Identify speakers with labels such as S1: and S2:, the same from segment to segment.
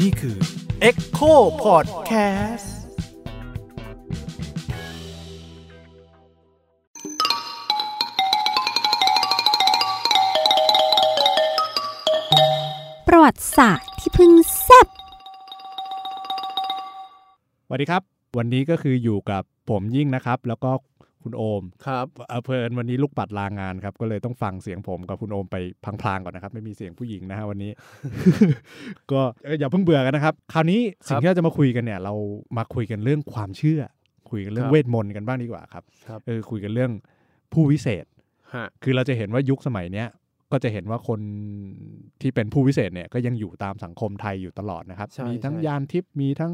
S1: นี่คือ
S2: Echo Podcast
S3: ประวัติศาสตร์ที่เพิ่งแซ่บ
S4: สวัสดีครับ วันนี้ก็คืออยู่กับผมยิ่งนะครับ แล้วก็คุณโอม
S2: ครับ
S4: เอ่อเพลินวันนี้ลูกปัดลางานครับ ก็เลยต้องฟังเสียงผมกับคุณโอมไปพลางๆก่อนนะครับ ไม่มีเสียงผู้หญิงนะฮะวันนี้ ก็เอ่ออย่าเพิ่งเบื่อกันนะครับ คราวนี้สิ่งที่เราจะมาคุยกันเนี่ย เรามาคุยกันเรื่องความเชื่อ คุยกันเรื่อ
S2: ค
S4: ง
S2: รับ
S4: เวทมนต์กันบ้างดีกว่าครับ
S2: ครับ
S4: เออคุยกันเรื่องผู้วิเศษ
S2: ฮะ
S4: คือเราจะเห็นว่ายุคสมัยเนี้ยก็จะเห็นว่าคนที่เป็นผู้วิเศษเนี่ยก็ยังอยู่ตามสังคมไทยอยู่ตลอดนะครับ
S2: ใช่
S4: มีทั้ง
S2: ใช่
S4: ยานทิพย์มีทั้ง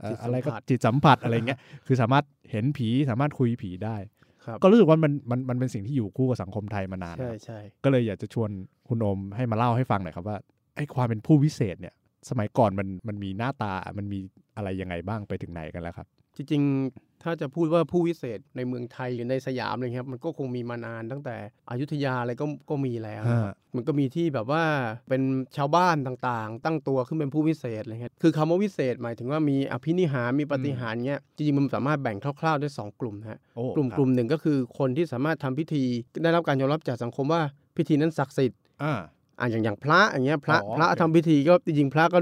S4: เอ่อ
S2: จิตสัมผัส
S4: อะไรก็จิตสัมผัสอะไรเงี้ย คือสามารถเห็นผีสามารถคุยผีได้
S2: ครับ
S4: ก็รู้สึกว่ามันมันมันเป็นสิ่งที่อยู่คู่กับสังคมไทยมานาน
S2: ใช่
S4: นะครับ
S2: ใช่
S4: ก็เลยอยากจะชวนคุณโอมให้มาเล่าให้ฟังหน่อยครับว่าไอ้ความเป็นผู้วิเศษเนี่ย สมัยก่อนมันมันมีหน้าตามันมีอะไรยังไงบ้างไปถึงไหนกันแล้วครับ
S2: จริงๆ ถ้าจะพูดว่าผู้วิเศษในเมืองไทยหรือในสยามเลยครับ มันก็คงมีมานานตั้งแต่อยุธยาอะไรก็ก็มีแล้วนะครับ
S4: ฮะ
S2: มันก็มีที่แบบว่าเป็นชาวบ้านต่างๆ ตั้งตัวขึ้นเป็นผู้วิเศษอะไรเลยครับคือคำว่าวิเศษหมายถึงว่ามีอภินิหารมีปาฏิหารย์เงี้ยจริงๆมันสามารถแบ่งคร่าวๆได้สองกลุ่มนะฮะ
S4: โอ้
S2: กลุ่ม
S4: ครับ
S2: กลุ่มหนึ่งก็คือคนที่สามารถทำพิธีได้รับการยอมรับจากสังคมว่าพิธีนั้นศักดิ์สิทธิ์
S4: อ่า
S2: อ่าอย่างอย่างพระอย่างเงี้ยพระ
S4: อ๋อ
S2: พระ
S4: โอเค
S2: ทำพิธีก็จริงๆพระก็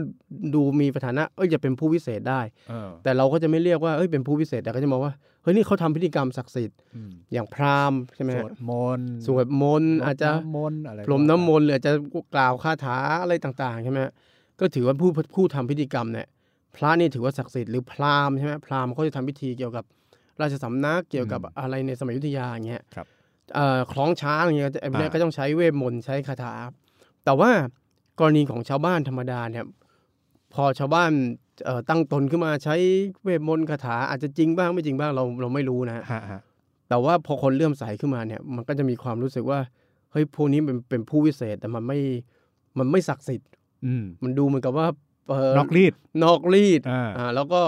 S2: ดูมีฐานะเอ้ยจะเป็นผู้วิเศษได้
S4: เออ
S2: แต่เราก็จะไม่เรียกว่าเอ้ยเป็นผู้วิเศษแต่ก็จะมองว่าเฮ้ยนี่เขาทำพิธีกรรมศักดิ์สิทธิ์
S4: อืม
S2: อย่างพราหมณ์ใช่ไหม
S4: ส
S2: ฮะ
S4: วดมนต์
S2: สวดมนต์
S4: รด
S2: อาจจะ
S4: น้ำมนต์อะไร
S2: พรมน้ำมนต์หรืออาจจะกล่าวคาถาอะไรต่างๆใช่ไหมฮะก็ถือว่าผู้ผู้ทำพิธีกรรมเนี่ยพระนี่ถือว่าศักดิ์สิทธิ์หรือพราหมณ์ใช่ไหมพราหมณ์เขาจะทำพิธีเกี่ยวกับราชสำนักเกี่ยวกับอะไรในสมัยอยุธยาอย่างเงี้ย
S4: ครับ
S2: เอ่อคล้องช้างอย่างเงี้ยไอ้พวกเนี้ย
S4: อ่า
S2: ก็ต้องใช้เวทมนต์ใช้คาถา แต่ว่ากรณีของชาวบ้านธรรมดาเนี่ยพอชาวบ้านเอ่อตั้งตนขึ้นมาใช้เวทมนต์คาถาอาจจะจริงบ้างไม่จริงบ้างเราเราไม่รู้นะฮะ
S4: ฮะฮะ
S2: แต่ว่าพอคนเลื่อมใสขึ้นมาเนี่ยมันก็จะมีความรู้สึกว่าเฮ้ยพวกนี้เป็นเป็นผู้วิเศษแต่มันไม่มันไม่ศักดิ์สิทธิ์
S4: อืม
S2: มันดูเหมือนกับว่าเ
S4: นอกรีด
S2: นอกรีด
S4: อ่า
S2: อ่าแล้วก็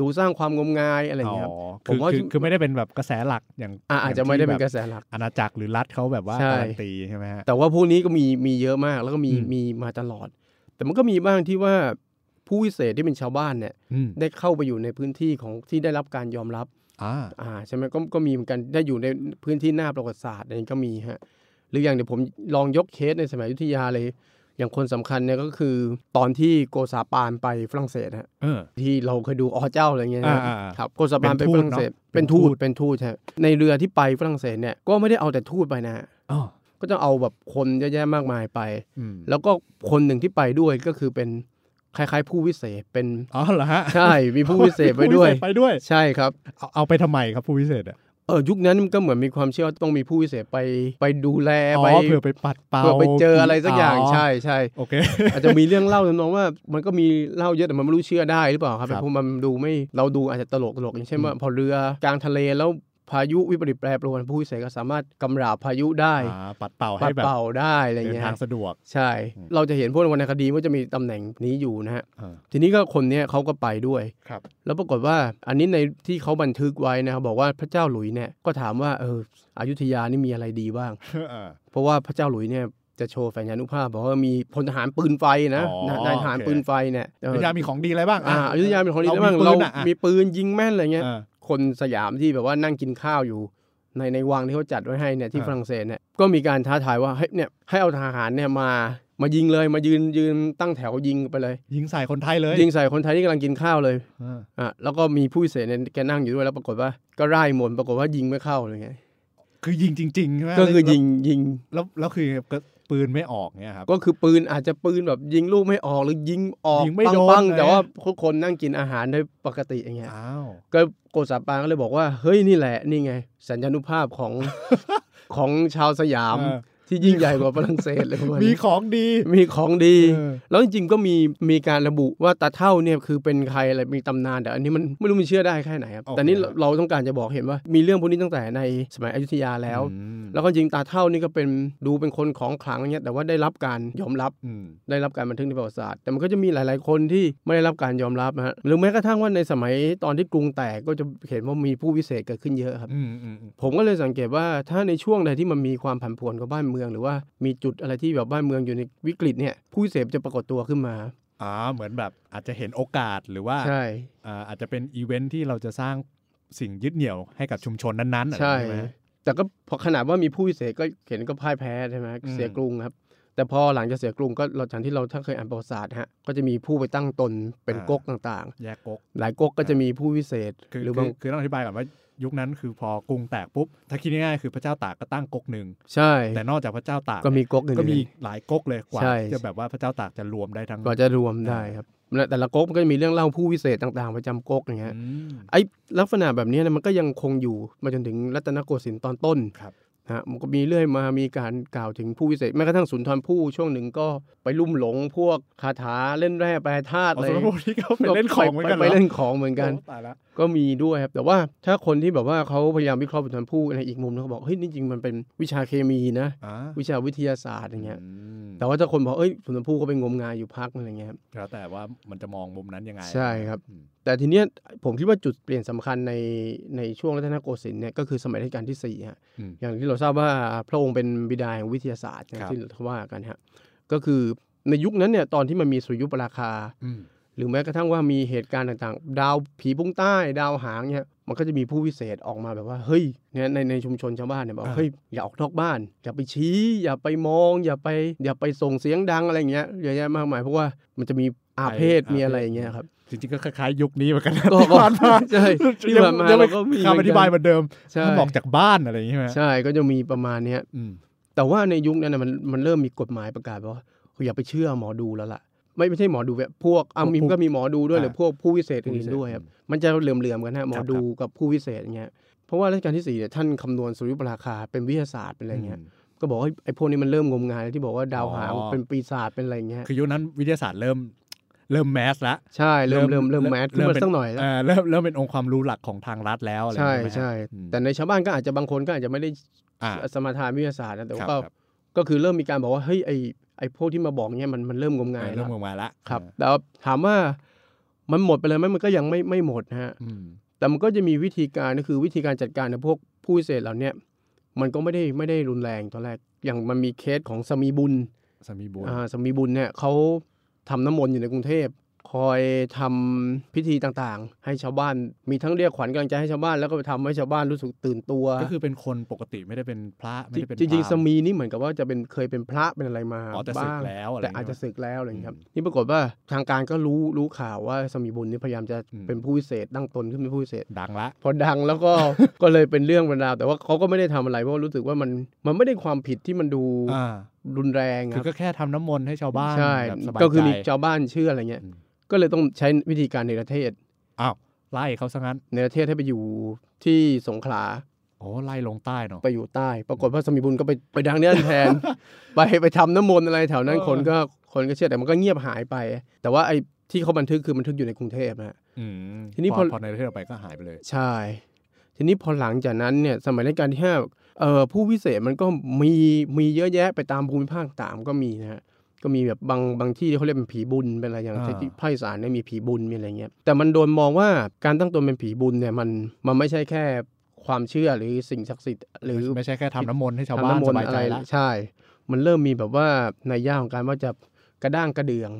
S2: ดูสร้างความงมงายอะไรอย่างเงี้ยครับ ผมว่า
S4: คือคือคือไม่ได้เป็นแบบกระแสหลักอย่าง
S2: อ่าอาจจะไม่ได้เป็นกระ
S4: อย่า
S2: แสหลัก
S4: งที่แบบอาณาจักรหรือรัฐเขาแบบว่า
S2: ใช่
S4: การันตีใช่ไหมฮะ
S2: แต่ว่าพวกนี้ก็มีมีเยอะมากแล้วก็มี
S4: อืม
S2: มีมาตลอด แต่มันก็มีบ้างที่ว่าผู้วิเศษที่เป็นชาวบ้านเนี่ย
S4: อืม
S2: ได้เข้าไปอยู่ในพื้นที่ของที่ได้รับการยอมรับ
S4: อ่า
S2: อ่าใช่ไหมก็ก็มีเหมือนกันได้อยู่ในพื้นที่หน้าประวัติศาสตร์อันนี้ก็มีฮะหรืออย่างเดี๋ยวผมลองยกเคสในสมัยอยุธยาเลย อย่างคนสำคัญเนี่ยก็คือตอนที่โกซาปานไปฝรั่งเศสฮะ
S4: เออ
S2: ที่เราเคยดูอ๋อเจ้าอะไรเงี้ย
S4: อ่า
S2: นะ
S4: อ่าอ่า
S2: ครับโกซาปานไป
S4: เป็นทู
S2: ฝ
S4: ต
S2: รั่งเศส
S4: เนอะเป็
S2: เป็นน
S4: ทู
S2: ทู
S4: ต
S2: ตเป็นทูตใช่ในเรือที่ไปฝรั่งเศสเนี่ยก็ไม่ได้เอาแต่ทูตไปนะฮะ
S4: อ๋อ
S2: ก็จะเอาแบบคนเยอะแยะมากมายไป
S4: อืม
S2: แล้วก็คนหนึ่งที่ไปด้วยก็คือเป็นคล้ายๆ ผู้วิเศษเป็น
S4: อ๋อเหรอฮะ
S2: ใช่มีผู้วิเศษไปด้วย
S4: ผู้เศษไปด้วย
S2: ใช่ครับ
S4: เอาเอาไปทำไมครับผู้พิเศษอ่ะ
S2: เออยุคนั้นมันก็เหมือนมีความเชื่อว่าต้องมีผู้วิเศษไปไปดูแล
S4: อ๋
S2: ไป
S4: อเผื่อไปปัดเป่า
S2: เพื่อไปเจออะไรสักอย่างใช่ใช่
S4: โอเค
S2: อาจจะมีเรื่องเล่าจำนองว่ามันก็มีเล่าเยอะแต่มันไม่รู้เชื่อได้หรือเปล่าครับ
S4: ครับ
S2: เพราะมันดูไม่เราดูอาจจะตลกตลกอย่างเช่นว่าพอเรือกลางทะเลแล้วพายุวิปริตแปรปรวนผู้วิเศษก็สามารถกำราบพายุได้
S4: าปัดเป่า
S2: ปั
S4: ให้
S2: ด
S4: แบบ
S2: เป่าได้อะไร
S4: เดิน
S2: เงี้ย
S4: ทางสะดวก
S2: ใช่
S4: อืม
S2: เราจะเห็นพวกในวรรณคดีว่าจะมีตำแหน่งนี้อยู่นะฮะ
S4: อ่า
S2: ทีนี้ก็คนเนี้ยเขาก็ไปด้วย
S4: ครับ
S2: แล้วปรากฏว่าอันนี้ในที่เขาบันทึกไว้นะครับบอกว่าพระเจ้าหลุยเนี่ยก็ถามว่าเอออยุธยานี่มีอะไรดีบ้าง
S4: เออ
S2: เพราะว่าพระเจ้าหลุยเนี่ยจะโชว์แฝญานุภาพบอกว่ามีพลทหารปืนไฟนะ
S4: อ๋อ
S2: นายนายทหารปืนไฟเนี่ยเออ
S4: ยุธยามีของดีอะไรบ้าง
S2: อ่าอยุธยาเป็นของดีนะบ้างเรา
S4: ปืนอะอ่ะ
S2: มีปืนยิงแม่นอะไรเงี้ย
S4: เออ
S2: คนสยามที่แบบว่านั่งกินข้าวอยู่ ในในวังที่เขาจัดไว้ให้เนี่ยที่
S4: อ่า
S2: ฝรั่งเศสเนี่ยก็มีการท้าทายว่าเฮ้ยเนี่ยให้เอาทหารเนี่ยมามายิงเลยมายืนยืนตั้งแถวยิงไปเลย
S4: ยิงใส่คนไทยเลย
S2: ยิงใส่คนไทยที่กำลังกินข้าวเลย
S4: เออ
S2: อ่ะแล้วก็มีผู้วิเศษเนี่ยแกนั่งอยู่ด้วยแล้วปรากฏว่าก็ร่ายมนต์ปรากฏว่ายิงไม่เข้าเลยไง
S4: คือยิงจริงๆใช่ไหม
S2: ก็คือยิงยิง
S4: แล้วแล้วแล้วคือก็ปืนไม่ออกเนี่ยครับ
S2: ก็คือปืนอาจจะปืนแบบยิงลูกไม่ออกหรือยิงออก
S4: ยิงไม่โดน
S2: ปัง
S4: เลย
S2: ๆแต่ว่าคนนั่งกินอาหารได้ปกติอย่างเงี้ย
S4: อ้าว
S2: ก็โกษาปานก็เลยบอกว่า เฮ้ยนี่แหละนี่ไง สัญญานุภาพ ของ ของชาวสยาม
S4: เออ
S2: ที่ยิ่งใหญ่กว่าฝรั่งเศสเลยประมาณ
S4: มี
S2: นี้
S4: ของดี
S2: มีของดี
S4: เออ
S2: แล้วจริงๆก็มีมีการระบุว่าตาเท่าเนี่ยคือเป็นใครอะไรมีตำนานแต่อันนี้มันไม่รู้มันเชื่อได้แค่ไหนครับ
S4: โอเค
S2: แต่นี่เราเราต้องการจะบอกเห็นว่ามีเรื่องพวกนี้ตั้งแต่ในสมัยอยุธยาแล้ว
S4: อืม
S2: แล้วก็จริงตาเท่านี่ก็เป็นดูเป็นคนของขลังอย่างเงี้ยแต่ว่าได้รับการยอมรับ
S4: อืม
S2: ได้รับการบันทึกในประวัติศาสตร์แต่มันก็จะมีหลาย ๆ คนที่ไม่ได้รับการยอมรับนะฮะหรือแม้กระทั่งว่าในสมัยตอนที่กรุงแตกก็จะเห็นว่ามีผู้วิเศษเกิดขึ้นเยอะครับ
S4: อืมอืมอืม
S2: ผมก็เลยสังเกตว่าถ้าในช่วงใดที่มันมีความผันผวนของบ้านเมือง มืองหรือว่ามีจุดอะไรที่แบบบ้านเมืองอยู่ในวิกฤตเนี่ย ผู้เสพจะปรากฏตัวขึ้นมา
S4: อ่าเหมือนแบบอาจจะเห็นโอกาสหรือว่า
S2: ใช่
S4: อ่าอาจจะเป็นอีเวนท์ที่เราจะสร้างสิ่งยึดเหนี่ยวให้กับชุมชนนั้นๆอะไร
S2: ใช่
S4: ไหม
S2: แต่ก็พอขนาดว่ามีผู้เสียก็เห็นก็พ่ายแพ้ใช่ไหม
S4: อืม
S2: เสียกรุงครับ แต่พอหลังจากเสียกรุงก็เราจากที่เราถ้าเคยอ่านประวัติศาสตร์ฮะ ก็จะมีผู้ไปตั้งตนเป็นก๊กต่าง
S4: แยกกก
S2: ๆ หลายก๊กก็จะมีผู้วิเศษ
S4: คือ
S2: หรือ
S4: คื
S2: บาง
S4: อคือต้องอธิบายก่อนว่ายุคนั้นคือพอกรุงแตกปุ๊บ ถ้าคิดง่ายๆคือพระเจ้าตากก็ตั้งก๊กหนึ่ง
S2: ใช่
S4: แต่นอกจากพระเจ้าตาก
S2: ก็มีก๊กอื่นๆ
S4: ก็มีหลายก๊กเลยกว่า
S2: ใช่
S4: จะแบบว่าพระเจ้าตากจะรวมได้ทั้ง
S2: กว่าจะรวมได้ครับและแต่ละก๊กมันก็จะมีเรื่องเล่าผู้วิเศษต่างๆประจำก๊กอย่างเงี้ย
S4: อืม
S2: ไอ้ลักษณะแบบเนี้ยนะมันก็ยังคงอยู่มาจนถึงรัตนโกสินทร์ตอนต้น
S4: ครับ
S2: นะฮะมันก็มีเรื่อยมามีการกล่าวถึงผู้วิเศษแม้กระทั่งสุนทรภู่ช่วงหนึ่งก็ไปลุ่มหลงพวกคาถาเล่นแร่แปรธาตุ
S4: อ๋อ
S2: อะไร
S4: สมมติที่เขาไปเล่นของเหมือนกัน
S2: ไป
S4: หรอ
S2: เล่นของเหมือนกัน
S4: โตายละ
S2: ก็มีด้วยครับ แต่ว่าถ้าคนที่แบบว่าเขาพยายามวิเคราะห์สุนทรภู่ในอีกมุมนึงเขาบอกเฮ้ยนี่จริงมันเป็นวิชาเคมีนะ
S4: อ่า
S2: วิชาวิทยาศาสตร์อย่างเงี้ย
S4: อืม
S2: แต่ว่าถ้าคนบอกเอ้ยสุนทรภู่ก็ไปงมงายอยู่พักนึงอะไรเงี้ยครับ
S4: แล้วแต่ว่ามันจะมองมุมนั้นยังไง
S2: ใช่ครับ
S4: อืม
S2: แต่ทีเนี้ยผมคิดว่าจุดเปลี่ยนสำคัญในในช่วงรัตนโกสินทร์เนี่ยก็คือสมัยรัชกาลที่สี่ฮะ
S4: อืม
S2: อย่างที่เราทราบว่าพระองค์เป็นบิดาแห่งวิทยาศาสตร์นะครับ ที่เราว่ากันฮะ ก็คือในยุคนั้นเนี่ยตอนที่มันมีสุริยุปราคา
S4: อืม
S2: หรือแม้กระทั่งว่ามีเหตุการณ์ต่างๆ ดาวผีพุ่งใต้ ดาวหางเนี่ยมันก็จะมีผู้วิเศษออกมาแบบว่าเฮ้ยเนี่ยในในชุมชนชาวบ้านเนี่ยบอกว่าเฮ้ยอย่าออกนอกบ้าน อย่าไปชี้ อย่าไปมอง อย่าไป อย่าไปส่งเสียงดังอะไรอย่างเงี้ยเยอะแยะมากมายเพราะว่ามันจะมีอาเพศมีอะไรอย่างเงี้ยครับ
S4: จริงๆก็คล้ายๆยุคนี้เหมือนกันนะ
S2: ก็
S4: ที่ผ่านมา
S2: ใช่ที่ผ่านมา
S4: ยังไ
S2: เราก็มีเหมือนกัน
S4: คำอธิบายเหมือนเดิม
S2: ใช่
S4: ห้ามออกจากบ้านอะไรอย่างเงี้ยใช่ไหม
S2: ใช่ก็จะมีประมาณเนี้ย
S4: อืม
S2: แต่ว่าในยุคนั้นนะมันมันเริ่มมีกฎหมายประกาศว่าอย่าไปเชื่อหมอดูแล้วล่ะ ไม่ไม่ใช่หมอดูแบบพวกอามิมก็มีหมอดูด้วยหรือพวกผู้วิเศษอื่นๆด้วยครับ มันจะเหลื่อมๆกันฮะหมอดูกับผู้วิเศษอย่างเงี้ยเพราะว่ารัชกาลที่สี่เนี่ยท่านคำนวณสุริยุปราคาเป็นวิทยาศาสตร์เป็นอะไรเงี้ย
S4: ม
S2: ก็บอกว่าไอ้พวกนี้มันเริ่มงมงายแล้วที่บอกว่าดาวหาง
S4: อ๋อ
S2: เป็นปีศาจเป็นอะไรเงี้ย
S4: คือยุคนั้นวิทยาศาสตร์เริ่มเริ่มแมสละ
S2: ใช่เริ่มเริ่มเริ่มแมสขึ้นมา
S4: เป็
S2: สักหน่อยแล้ว
S4: เเริ่มเริ่มเป็นองค์ความรู้หลักของทางรัฐแล้วอะไร
S2: ใช่
S4: อย่างเงี้ยไหมฮะ
S2: ใช่
S4: อืม
S2: แต่ในชาวบ้านก็อาจจะบางคนก็อาจจะไม่ได้
S4: อ่า
S2: สมาทานวิทยาศาสตร์นะแต่ว่าก็
S4: ครับ
S2: ก็คือเริ่มมีการบอกว่าเฮ้ยไอ้ไอ้พวกที่มาบอกเนี่ยมันมันเริ่มงมงาย
S4: เออ
S2: แล้
S4: เริ่
S2: ว
S4: มออกมาละ
S2: ครับแต่ถามว่ามันหมดไปเลยไหมมันก็ยังไม่ไม่หมดนะฮะ
S4: อืม
S2: แต่มันก็จะมีวิธีการก็คือวิธีการจัดการกับพวกผู้พิเศษเหล่าเนี้ยมันก็ไม่ได้ไม่ได้รุนแรงตอนแรก อย่างมันมีเคสของสมีบุญ
S4: สามีบุญ
S2: อ่าสมีบุญเนี่ยเขาทำน้ำมนต์อยู่ในกรุงเทพ คอยทำพิธีต่างๆ ให้ชาวบ้านมีทั้งเรียกขวัญกำลังใจให้ชาวบ้านแล้วก็ไปทำให้ชาวบ้านรู้สึกตื่นตัว
S4: ก็คือเป็นคนปกติไม่ได้เป็นพระไม่ได้เป็น
S2: จริง
S4: พา
S2: ๆ
S4: ห
S2: ส
S4: มณ์
S2: มีนี่เหมือนกับว่าจะเป็นเคยเป็นพระเป็นอะไรมา
S4: อ๋อแต่ศึก
S2: บ้าง
S4: แล้วอะไร
S2: แต่
S4: ย่ง
S2: อาจ
S4: เงี้ย
S2: จะศึกแล้วอะไรอย่างเงี้ยครับ
S4: อืม
S2: นี่ปรากฏว่าทางการก็รู้รู้ข่าวว่าสมีบุญนี่พยายามจะ
S4: อืม
S2: เป็นผู้พิเศษตั้งตนขึ้นเป็นผู้พิเศษ
S4: ดังละ
S2: พอดังแล้วก็ ก็เลยเป็นเรื่องเป็นราวแต่ว่าเขาก็ไม่ได้ทำอะไรเพราะรู้สึกว่ามันมันไม่ได้ความผิดที่มันดู
S4: อ่า
S2: รุนแรงค
S4: คือ
S2: รับ
S4: ก็แค่ทำน้ำมนต์ให้ชาวบ้าน
S2: ใช่
S4: แบบสบายใจ
S2: ก็คือมีชาวบ้านเชื่ออะไรเงี้ย
S4: อืม
S2: ก็เลยต้องใช้วิธีการในประเทศ
S4: อ้าวไล่เขาซะงั้น
S2: ในประเทศให้ไปอยู่ที่สงขลา
S4: โอ้ไล่ลงใต้เนาะ
S2: ไปอยู่ใต้ ปรากฏว่าสมีบุญก็ไปไปดังเนื่นแทน ไปไปทำน้ำมนต์อะไรแถวนั้น
S4: เออ
S2: คนก็คนก็เชื่อแต่มันก็เงียบหายไป แต่ว่าไอ้ที่เขาบันทึกคือบันทึกอยู่ในกรุงเทพนะฮะ
S4: อืม
S2: ทีนี้
S4: พ
S2: พอ
S4: อพอในประเทศเราไปก็หายไปเลย
S2: ใช่ ทีนี้พอหลังจากนั้นเนี่ยสมัยรัชกาลที่ห้าเอ่อผู้วิเศษมันก็มีมีเยอะแยะไปตามภูมิภาคต่างก็มีนะฮะก็มีแบบบางบางที่เขาเรียกเป็นผีบุญเป็นอะไรอย่าง
S4: อ่า
S2: ที่ภาคอีสานเนี่ยมีผีบุญมีอะไรเงี้ยแต่มันโดนมองว่าการตั้งตนเป็นผีบุญเนี่ยมันมันไม่ใช่แค่ความเชื่อหรือสิ่งศักดิ์สิทธิ์หรือ
S4: ไม่ใช่แค่ทำน้ำมนต์ให้ชาวบ้าน
S2: ทำำม
S4: ส
S2: ต์
S4: บายใจละ
S2: ใช่ มันเริ่มมีแบบว่าในยย่าของการว่าจะกระด้างกระเดือง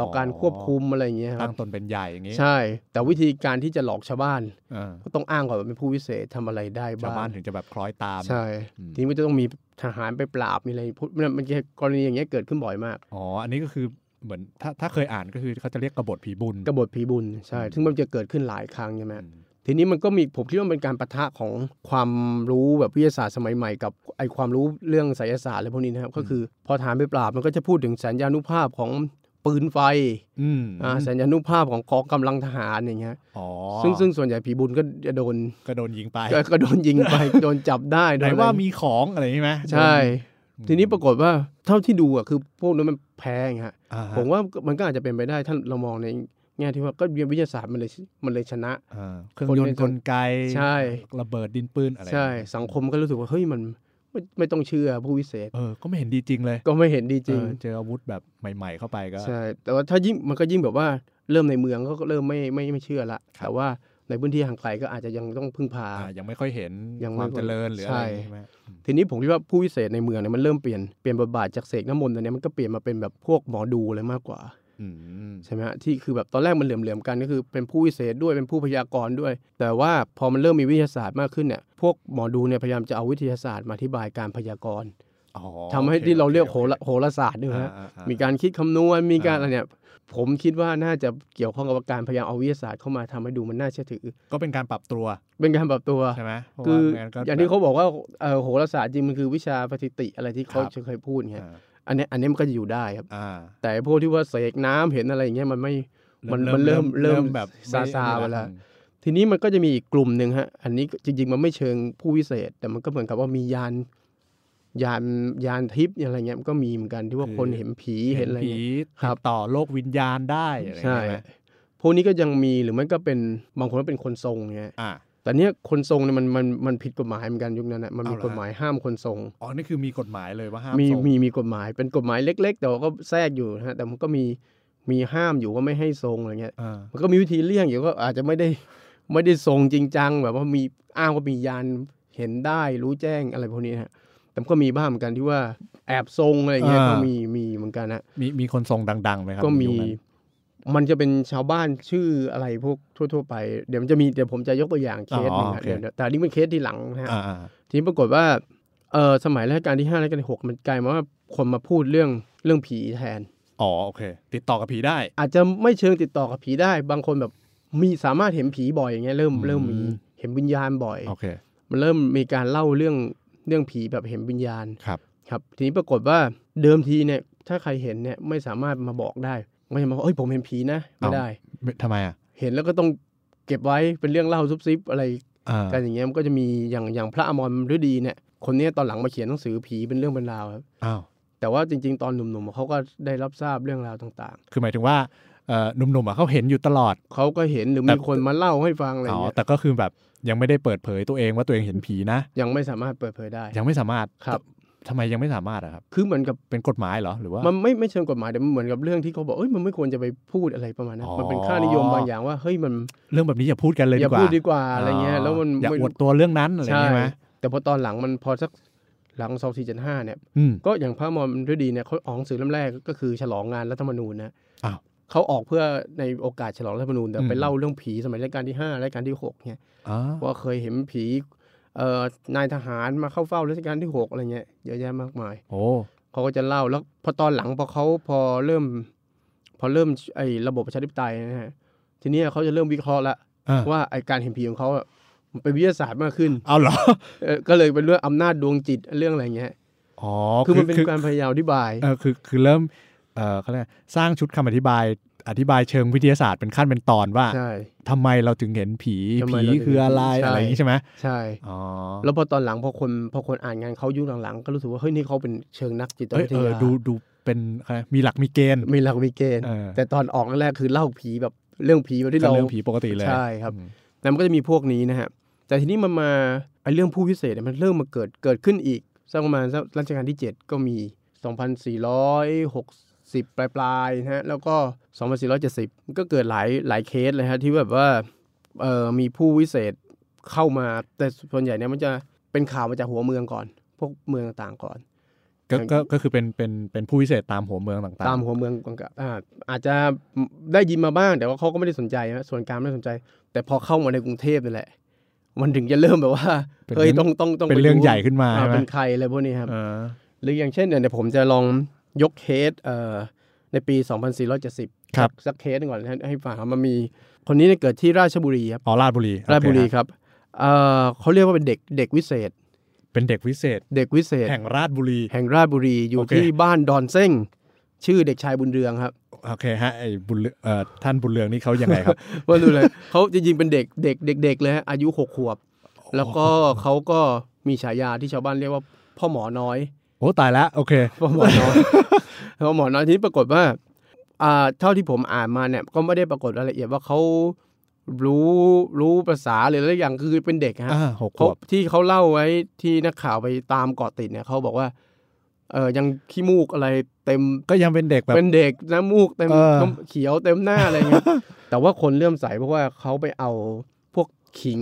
S2: ต่ออการควบคุมอะไรอย่างเงี้ยครั
S4: ตั้
S2: บ
S4: งตนเป็นใหญ่อย่างงี้
S2: ใช่ แต่วิธีการที่จะหลอกชาวบ้าน
S4: เออ
S2: ก็ต้องอ้างก่อนว่าเป็นผู้วิเศษทำอะไรได้
S4: ชาว
S2: บ้า
S4: บ้าน
S2: ง
S4: ถึงจะแบบคล้อยตาม
S2: ใช่
S4: อืม
S2: ทีนี้ก็จะต้องมีทหารไปปราบมีอะไรพูดมันมันกรณีอย่างเงี้ยเกิดขึ้นบ่อยมาก
S4: อ๋อ อันนี้ก็คือเหมือนถ้าถ้าเคยอ่านก็คือเขาจะเรียกกบฏผีบุญ
S2: กบฏผีบุญใช่
S4: อืม
S2: ซึ่งมันจะเกิดขึ้นหลายครั้งใช่ไหม
S4: อืม
S2: ทีนี้มันก็มีผมคิดว่ามันเป็นการปะทะของความรู้แบบวิทยาศาสตร์สมัยใหม่กับไอความรู้เรื่องไสยศาสตร์อะไรพวกนี้นะครับก็คือพอทหารไปปราบมันก็จะพูดถึงสัญญานุภาพของปืนไฟ
S4: อืม
S2: อ่าสัญญานุภาพของกองกำลังทหารอย่างเงี้ย
S4: อ๋อ
S2: ซึ่งซึ่งส่วนใหญ่ผีบุญก็จะโดน
S4: ก็โดนยิงไป
S2: ก็ก็โดนยิง ไปโดนจับได้โด
S4: ไหน
S2: นอะไร
S4: ว่ามีของอะไรใช่างงี้ไหม
S2: ใช่
S4: โดน
S2: ทีนี้ปรากฏว่าเท่าที่ดูอ่ะคือพวกนั้นมันแพงฮะ
S4: อ่าฮะ
S2: ผมว่ามันก็อาจจะเป็นไปได้ถ้าเรามองในแง่ที่ว่าก็เรียนวิทยาศาสตร์มันเลยมันเลยชนะ
S4: อ่าเครื่องยนต์
S2: คนใน
S4: กลไก
S2: ใช่
S4: ระเบิดดินปืนอะไร
S2: ใช่ สังคมก็รู้สึกว่าเฮ้ยมันไม่ไม่ต้องเชื่อผู้วิเศษ
S4: เออ ก็ไม่เห็นดีจริงเลย
S2: ก็ไม่เห็นดีจริง
S4: เออเจออาวุธแบบใหม่ ๆ เข้าไปก็
S2: ใช่แต่ว่าถ้ายิ่งมันก็ยิ่งแบบว่าเริ่มในเมืองก็เริ่มไม่ไม่ไม่เชื่อละแต่ว่า ในพื้นที่ห่างไกลก็อาจจะยังต้องพึ่งพา
S4: อ่ายังไม่ค่อยเห็น
S2: ยัง
S4: ค
S2: ไม่
S4: วามเจริญหรืออะไร
S2: ใช่
S4: ใช่ไหมอืม
S2: ทีนี้ผมคิดว่าผู้วิเศษในเมืองเนี่ยมันเริ่มเปลี่ยนเปลี่ยนบทบาทจากเสกน้ำมนต์ตอนเนี้ยมันก็เปลี่ยนมาเป็นแบบพวกหมอดูเลยมากกว่า
S4: อืม
S2: ใช่ไหมฮะที่คือแบบตอนแรกมันเหลื่อมๆกันก็คือเป็นผู้วิเศษด้วยเป็นผู้พยากรณ์ด้วย แต่ว่าพอมันเริ่มมีวิทยาศาสตร์มากขึ้นเนี่ยพวกหมอดูเนี่ยพยายามจะเอาวิทยาศาสตร์มาอธิบายการพยากรณ์
S4: อ๋อ
S2: ทำให้
S4: โอค
S2: ที่เราเรียก
S4: โอ
S2: โห
S4: ค
S2: ราโหราศาสตร์ด้วย
S4: อ่า
S2: ฮะ
S4: อ่อ่
S2: มีการคิดคำนวณมีการ
S4: อ่า
S2: อะไรเนี่ยผมคิดว่าน่าจะเกี่ยวข้องกับการพยายามเอาวิทยาศาสตร์เข้ามาทำให้ดูมันน่าเชื่อถือ
S4: ก็เป็นการปรับตัว
S2: เป็นการปรับตัว
S4: ใช่ไหมเพราะ
S2: คือ
S4: ว่าไม่นก็
S2: อย่างที่
S4: แบบ
S2: เขาบอกว่าเอ่อโหราศาสตร์จริงมันคือวิชาปฏิติอะไรที่เขา
S4: ครับ
S2: เคยพูดไง
S4: อ่า
S2: อันเนี้ยอันเนี้ยมันก็จะอยู่ได้ครับ
S4: อ่า
S2: แต่พวกที่ว่าเสกน้ำเห็นอะไรอย่างเงี้ยมันไม่ มันมันเริ่มเริ่ม
S4: แบบ
S2: ซาซาไปแล้ว
S4: อืม
S2: ทีนี้มันก็จะมีอีกกลุ่มหนึ่งฮะ อันนี้จริงๆ มันไม่เชิงผู้วิเศษ แต่มันก็เหมือนกับว่ามียานยานยานทิพย์อะไรเงี้ยมันก็มีเหมือนกันที่ว่าคนเห็นผีเห็นอะไร
S4: ผี
S2: เงี้ย ค
S4: ติ
S2: รับ
S4: ดต่อโลกวิญญาณได้อะไรอย่าง
S2: ใช่
S4: เงี้ยไหม
S2: พวกนี้ก็ยังมีหรือไม่ก็เป็นบางคนก็เป็นคนทรงเงี้ย
S4: อ่า
S2: แต่เนี้ยคนทรงเนี่ยมันมันมันผิดกฎหมายเหมือนกันยุคนั้นนะมันมี
S4: เอาเหรอ
S2: กฎหมายห้ามคนทรง
S4: อ๋อนี่คือมีกฎหมายเลยว่าห้าม
S2: มี
S4: ส่ง
S2: มีมีกฎหมายเป็นกฎหมายเล็ก ๆ แต่ว่าก็แทรกอยู่นะฮะแต่มันก็มีมีห้ามอยู่ว่าไม่ให้ทรงอะไรเงี้ย
S4: อ่า
S2: มันก็มีวิธีเลี่ยงอยู่ก็อาจจะไม่ได้ไม่ได้ทรงจริงจังแบบว่ามีอ้างว่ามียานเห็นได้รู้แจ้งอะไรพวกนี้นะฮะแต่มันก็มีบ้างเหมือนกันที่ว่าแอบทรงอะไรเงี้ยก็มีมีเหมือนกันนะ
S4: มีมีคนทรงดังๆไหมครั
S2: ก็มี
S4: ในยุคนั้น
S2: มันจะเป็นชาวบ้านชื่ออะไรพวกทั่ว ๆ ไปเดี๋ยวมันจะมีเดี๋ยวผมจะยกตัวอย่างเคสหนึงนะเดี๋ยวเดี๋ยวแต่อันนี่เป็นเคสที่หลังนะฮะ
S4: อ่าอ่า
S2: ทีนี้ปรากฏว่าเออสมัยรัชกาลที่ห้ารัชกาลที่หกมันกลายมาว่าคนมาพูดเรื่องเรื่องผีแทน
S4: อ๋อโอเค ติดต่อกับผีได้
S2: อาจจะไม่เชิงติดต่อกับผีได้ บางคนแบบมีสามารถเห็นผีบ่อยอย่างเงี้ยเริ่ม
S4: อืม
S2: เริ่มมีเห็นวิญญาณบ่อย
S4: โอเค
S2: มันเริ่มมีการเล่าเรื่องเรื่องผีแบบเห็นวิญญาณ
S4: ครับ
S2: ครับ ทีนี้ปรากฏว่าเดิมทีเนี่ยถ้าใครเห็นเนี่ยไม่สามารถมาบอกได้ไม่สามารถบอกเอ้ยผมเห็นผีนะไม่ได้
S4: ไม่ทำไมอ่ะ
S2: เห็นแล้วก็ต้องเก็บไว้เป็นเรื่องเล่าซุบซิบอะไร
S4: อ่า
S2: การอย่างเงี้ยมันก็จะมีอย่างอย่างพระอมรฤดีเนี่ยคนเนี้ยตอนหลังมาเขียนหนังสือผีเป็นเรื่องเป็นราวครับ
S4: อ้าว
S2: แต่ว่าจริง ๆ ตอนหนุ่มๆเขาก็ได้รับทราบเรื่องราวต่าง
S4: คือหมายถึงว่าเอ่อหนุ่มๆอะเขาเห็นอยู่ตลอด
S2: ๆเขาก็เห็นหรือ
S4: แต่
S2: มีคนมาเล่าให้ฟังอะไรอ
S4: อ๋อย่าง
S2: เงี้ย
S4: แต่ก็คือแบบยังไม่ได้เปิดเผยตัวเองว่าตัวเองเห็นผีนะ
S2: ยังไม่สามารถเปิดเผยได้
S4: ยังไม่สามารถ
S2: ครับ
S4: ทำไมยังไม่สามารถอะครับ
S2: คือเหมือนกับ
S4: เป็นกฎหมายเหรอหรือว่า
S2: มันไม่ไม่เชิงกฎหมายแต่มันเหมือนกับเรื่องที่เขาบอกเอ้ยมันไม่ควรจะไปพูดอะไรประมาณนั้น
S4: อ๋อ
S2: มันเป็นค่านิยมบางอย่างว่าเฮ้ยมัน
S4: เรื่องแบบนี้อย่าพูดกันเลย
S2: อย่า
S4: ดีกว่า
S2: พูดดีกว่าอะไรเงี้ยแล้วมัน
S4: อย่า
S2: ไม่
S4: อวดตัวเรื่องนั้นอะไรอย่างเงี้ยไหม
S2: แต่พอตอนหลังมันพอสักหลังสองสี่เจ็ดห้าเนี่ย
S4: อืม
S2: ก็อย่างพระมอมฤดีเนี่ยเขาออกหนังสือเล่มแรกก็คือฉลองงานรัฐธรรมนูญนะ
S4: อ้าว
S2: เขาออกเพื่อในโอกาสฉลองรัฐธรรมนูญแต่
S4: อืม
S2: ไปเล่าเรื่องผีสมัยรัชกาลที่ห้ารัชกาลที่หกเนี่ย
S4: อ๋อ
S2: ว่าเคยเห็นผีเอ่อนายทหารมาเข้าเฝ้ารัชกาลที่หกอะไรเงี้ยเยอะแยะมากมาย
S4: โอ้
S2: เขาก็จะเล่าแล้วพอตอนหลังพอเขาพอเริ่ม พอเริ่มไอ้ระบบประชาธิปไตยนะฮะทีเนี้ยเขาจะเริ่มวิเคราะห์ละ
S4: อ่ะ
S2: ว่าไอ้การเห็นผีของเขาอะมันเป็นวิทยาศาสตร์มากขึ้น
S4: เอาเหรอ
S2: เออก็เลยเป็นเรื่องอำนาจดวงจิตเรื่องอะไรเงี้ย
S4: อ๋อ
S2: คือมันเป็นการพยายามอธิบาย
S4: เออคือคือเริ่มเออเขาเรียกสร้างชุดคำอธิบาย อธิบายเชิงวิทยาศาสตร์เป็นขั้นเป็นตอนว่า
S2: ใช่
S4: ทำไมเราถึงเห็นผี
S2: ทำไม
S4: ผี
S2: เราถึง
S4: คืออะไร
S2: เห็นผี
S4: อะไรอย่างงี้
S2: ใช่
S4: ใช่ไหม
S2: ใช่
S4: อ๋อ
S2: แล้วพอตอนหลังพอคนพอคนอ่านงานเขายุคหลังๆ ก็รู้สึกว่า เฮ้ย นี่เขาเป็นเชิงนักจิต
S4: เอ้ย
S2: วิท
S4: เออย
S2: า
S4: ดูดูเป็นอะไรมีหลักมีเกณฑ์
S2: มีหลักมีเกณฑ์
S4: เออ
S2: แต่ตอนออกแรกๆคือเล่าผีแบบเรื่องผีแบบที่
S4: ก็
S2: เรา
S4: เรื่องผีปกติเลย
S2: ใช่ครับ
S4: อืม
S2: แล้วมันก็จะมีพวกนี้นะฮะ แต่ทีนี้มันมาไอ้เรื่องผู้พิเศษเนี่ยมันเริ่มมาเกิดเกิดขึ้นอีกสักประมาณสักรัชกาลที่ 7 ก็มี 2460 ปลายปลายๆนะฮะแล้วก็ 2470 ก็เกิดหลายหลายเคสเลยฮะที่แบบว่าเออมีผู้วิเศษเข้ามา แต่ส่วนใหญ่เนี่ยมันจะเป็นข่าวมาจากหัวเมืองก่อน พวกเมืองต่างๆก่อน
S4: ก็ก็ก็คือเป็นเป็นเป็นผู้พิเศษตามหัวเมืองต่างๆ
S2: ตามหัวเมืองกองกับอ่าอาจจะได้ยินมาบ้าง แต่ว่าเขาก็ไม่ได้สนใจนะส่วนกลางไม่ได้สนใจ แต่พอเข้ามาในกรุงเทพนี่แหละ มันถึงจะเริ่มแบบว่า
S4: เป็น
S2: เฮ้ย
S4: เรื่
S2: ต้
S4: อ
S2: อง งต้องต้อง
S4: เป็น
S2: ไ
S4: เรื่องใหญ่ขึ้นมา
S2: อ่า
S4: ใช่ไหม
S2: เป็นใครอะไรพวกนี้ครับ
S4: เออ
S2: หรืออย่างเช่นเนี่ยเดี๋ยวผมจะลองยกเคสเอ่อในปี 2470
S4: ครับ
S2: สักเคสหนึ่งก่อนให้ให้ฟังครับมันมีคนนี้เนี่ยเกิดที่ราชบุรีครับ
S4: อ๋อราชบุรี
S2: ราชบุรี
S4: โอเค
S2: ครับเอ่อเขาเรียกว่าเป็นเด็กเด็กวิเศษ
S4: เป็นเด็กพิเศษ
S2: เด็กวิเศษ
S4: แห่งราชบุรี
S2: แห่งราชบุรีอยู่
S4: โอเค
S2: ที่บ้านดอนเซ้งชื่อเด็กชายบุญเรืองครับ
S4: โอเคฮะไอ้บุญเรืองเอ่อท่านบุญเรืองนี่เขายังไงครับ
S2: ว่าดูเลย เขาจริงๆเป็นเด็กเด็กเด็กเด็กเลยฮะอายุหกขวบ แล้วก็เขาก็มีฉายาที่ชาวบ้านเรียกว่าพ่อหมอน้อย
S4: โอ้ตายแล้วโอเค
S2: พ่อหมอน้อย พ่อหมอน้อยทีนี้ปรากฏว่าอ่า เท่าที่ผมอ่านมาเนี่ยก็ไม่ได้ปรากฏรายละเอียดว่าเขารู้รู้ภาษาหรืออะไรอย่างคือเป็นเด็กฮะ
S4: อ่าหกข
S2: เขา
S4: วบ
S2: ที่เขาเล่าไว้ที่นักข่าวไปตามเกาะติดเนี่ยเขาบอกว่าเออยังขี้มูกอะไรเต็ม
S4: ก็ยังเป็นเด็กแบบ
S2: เป็นเด็กน้ำมูกเต็ม
S4: เออ
S2: น้ำเขียวเต็มหน้าอะไรเงี้ย แต่ว่าคนเลื่อมใสเพราะว่าเขาไปเอาพวก ขิง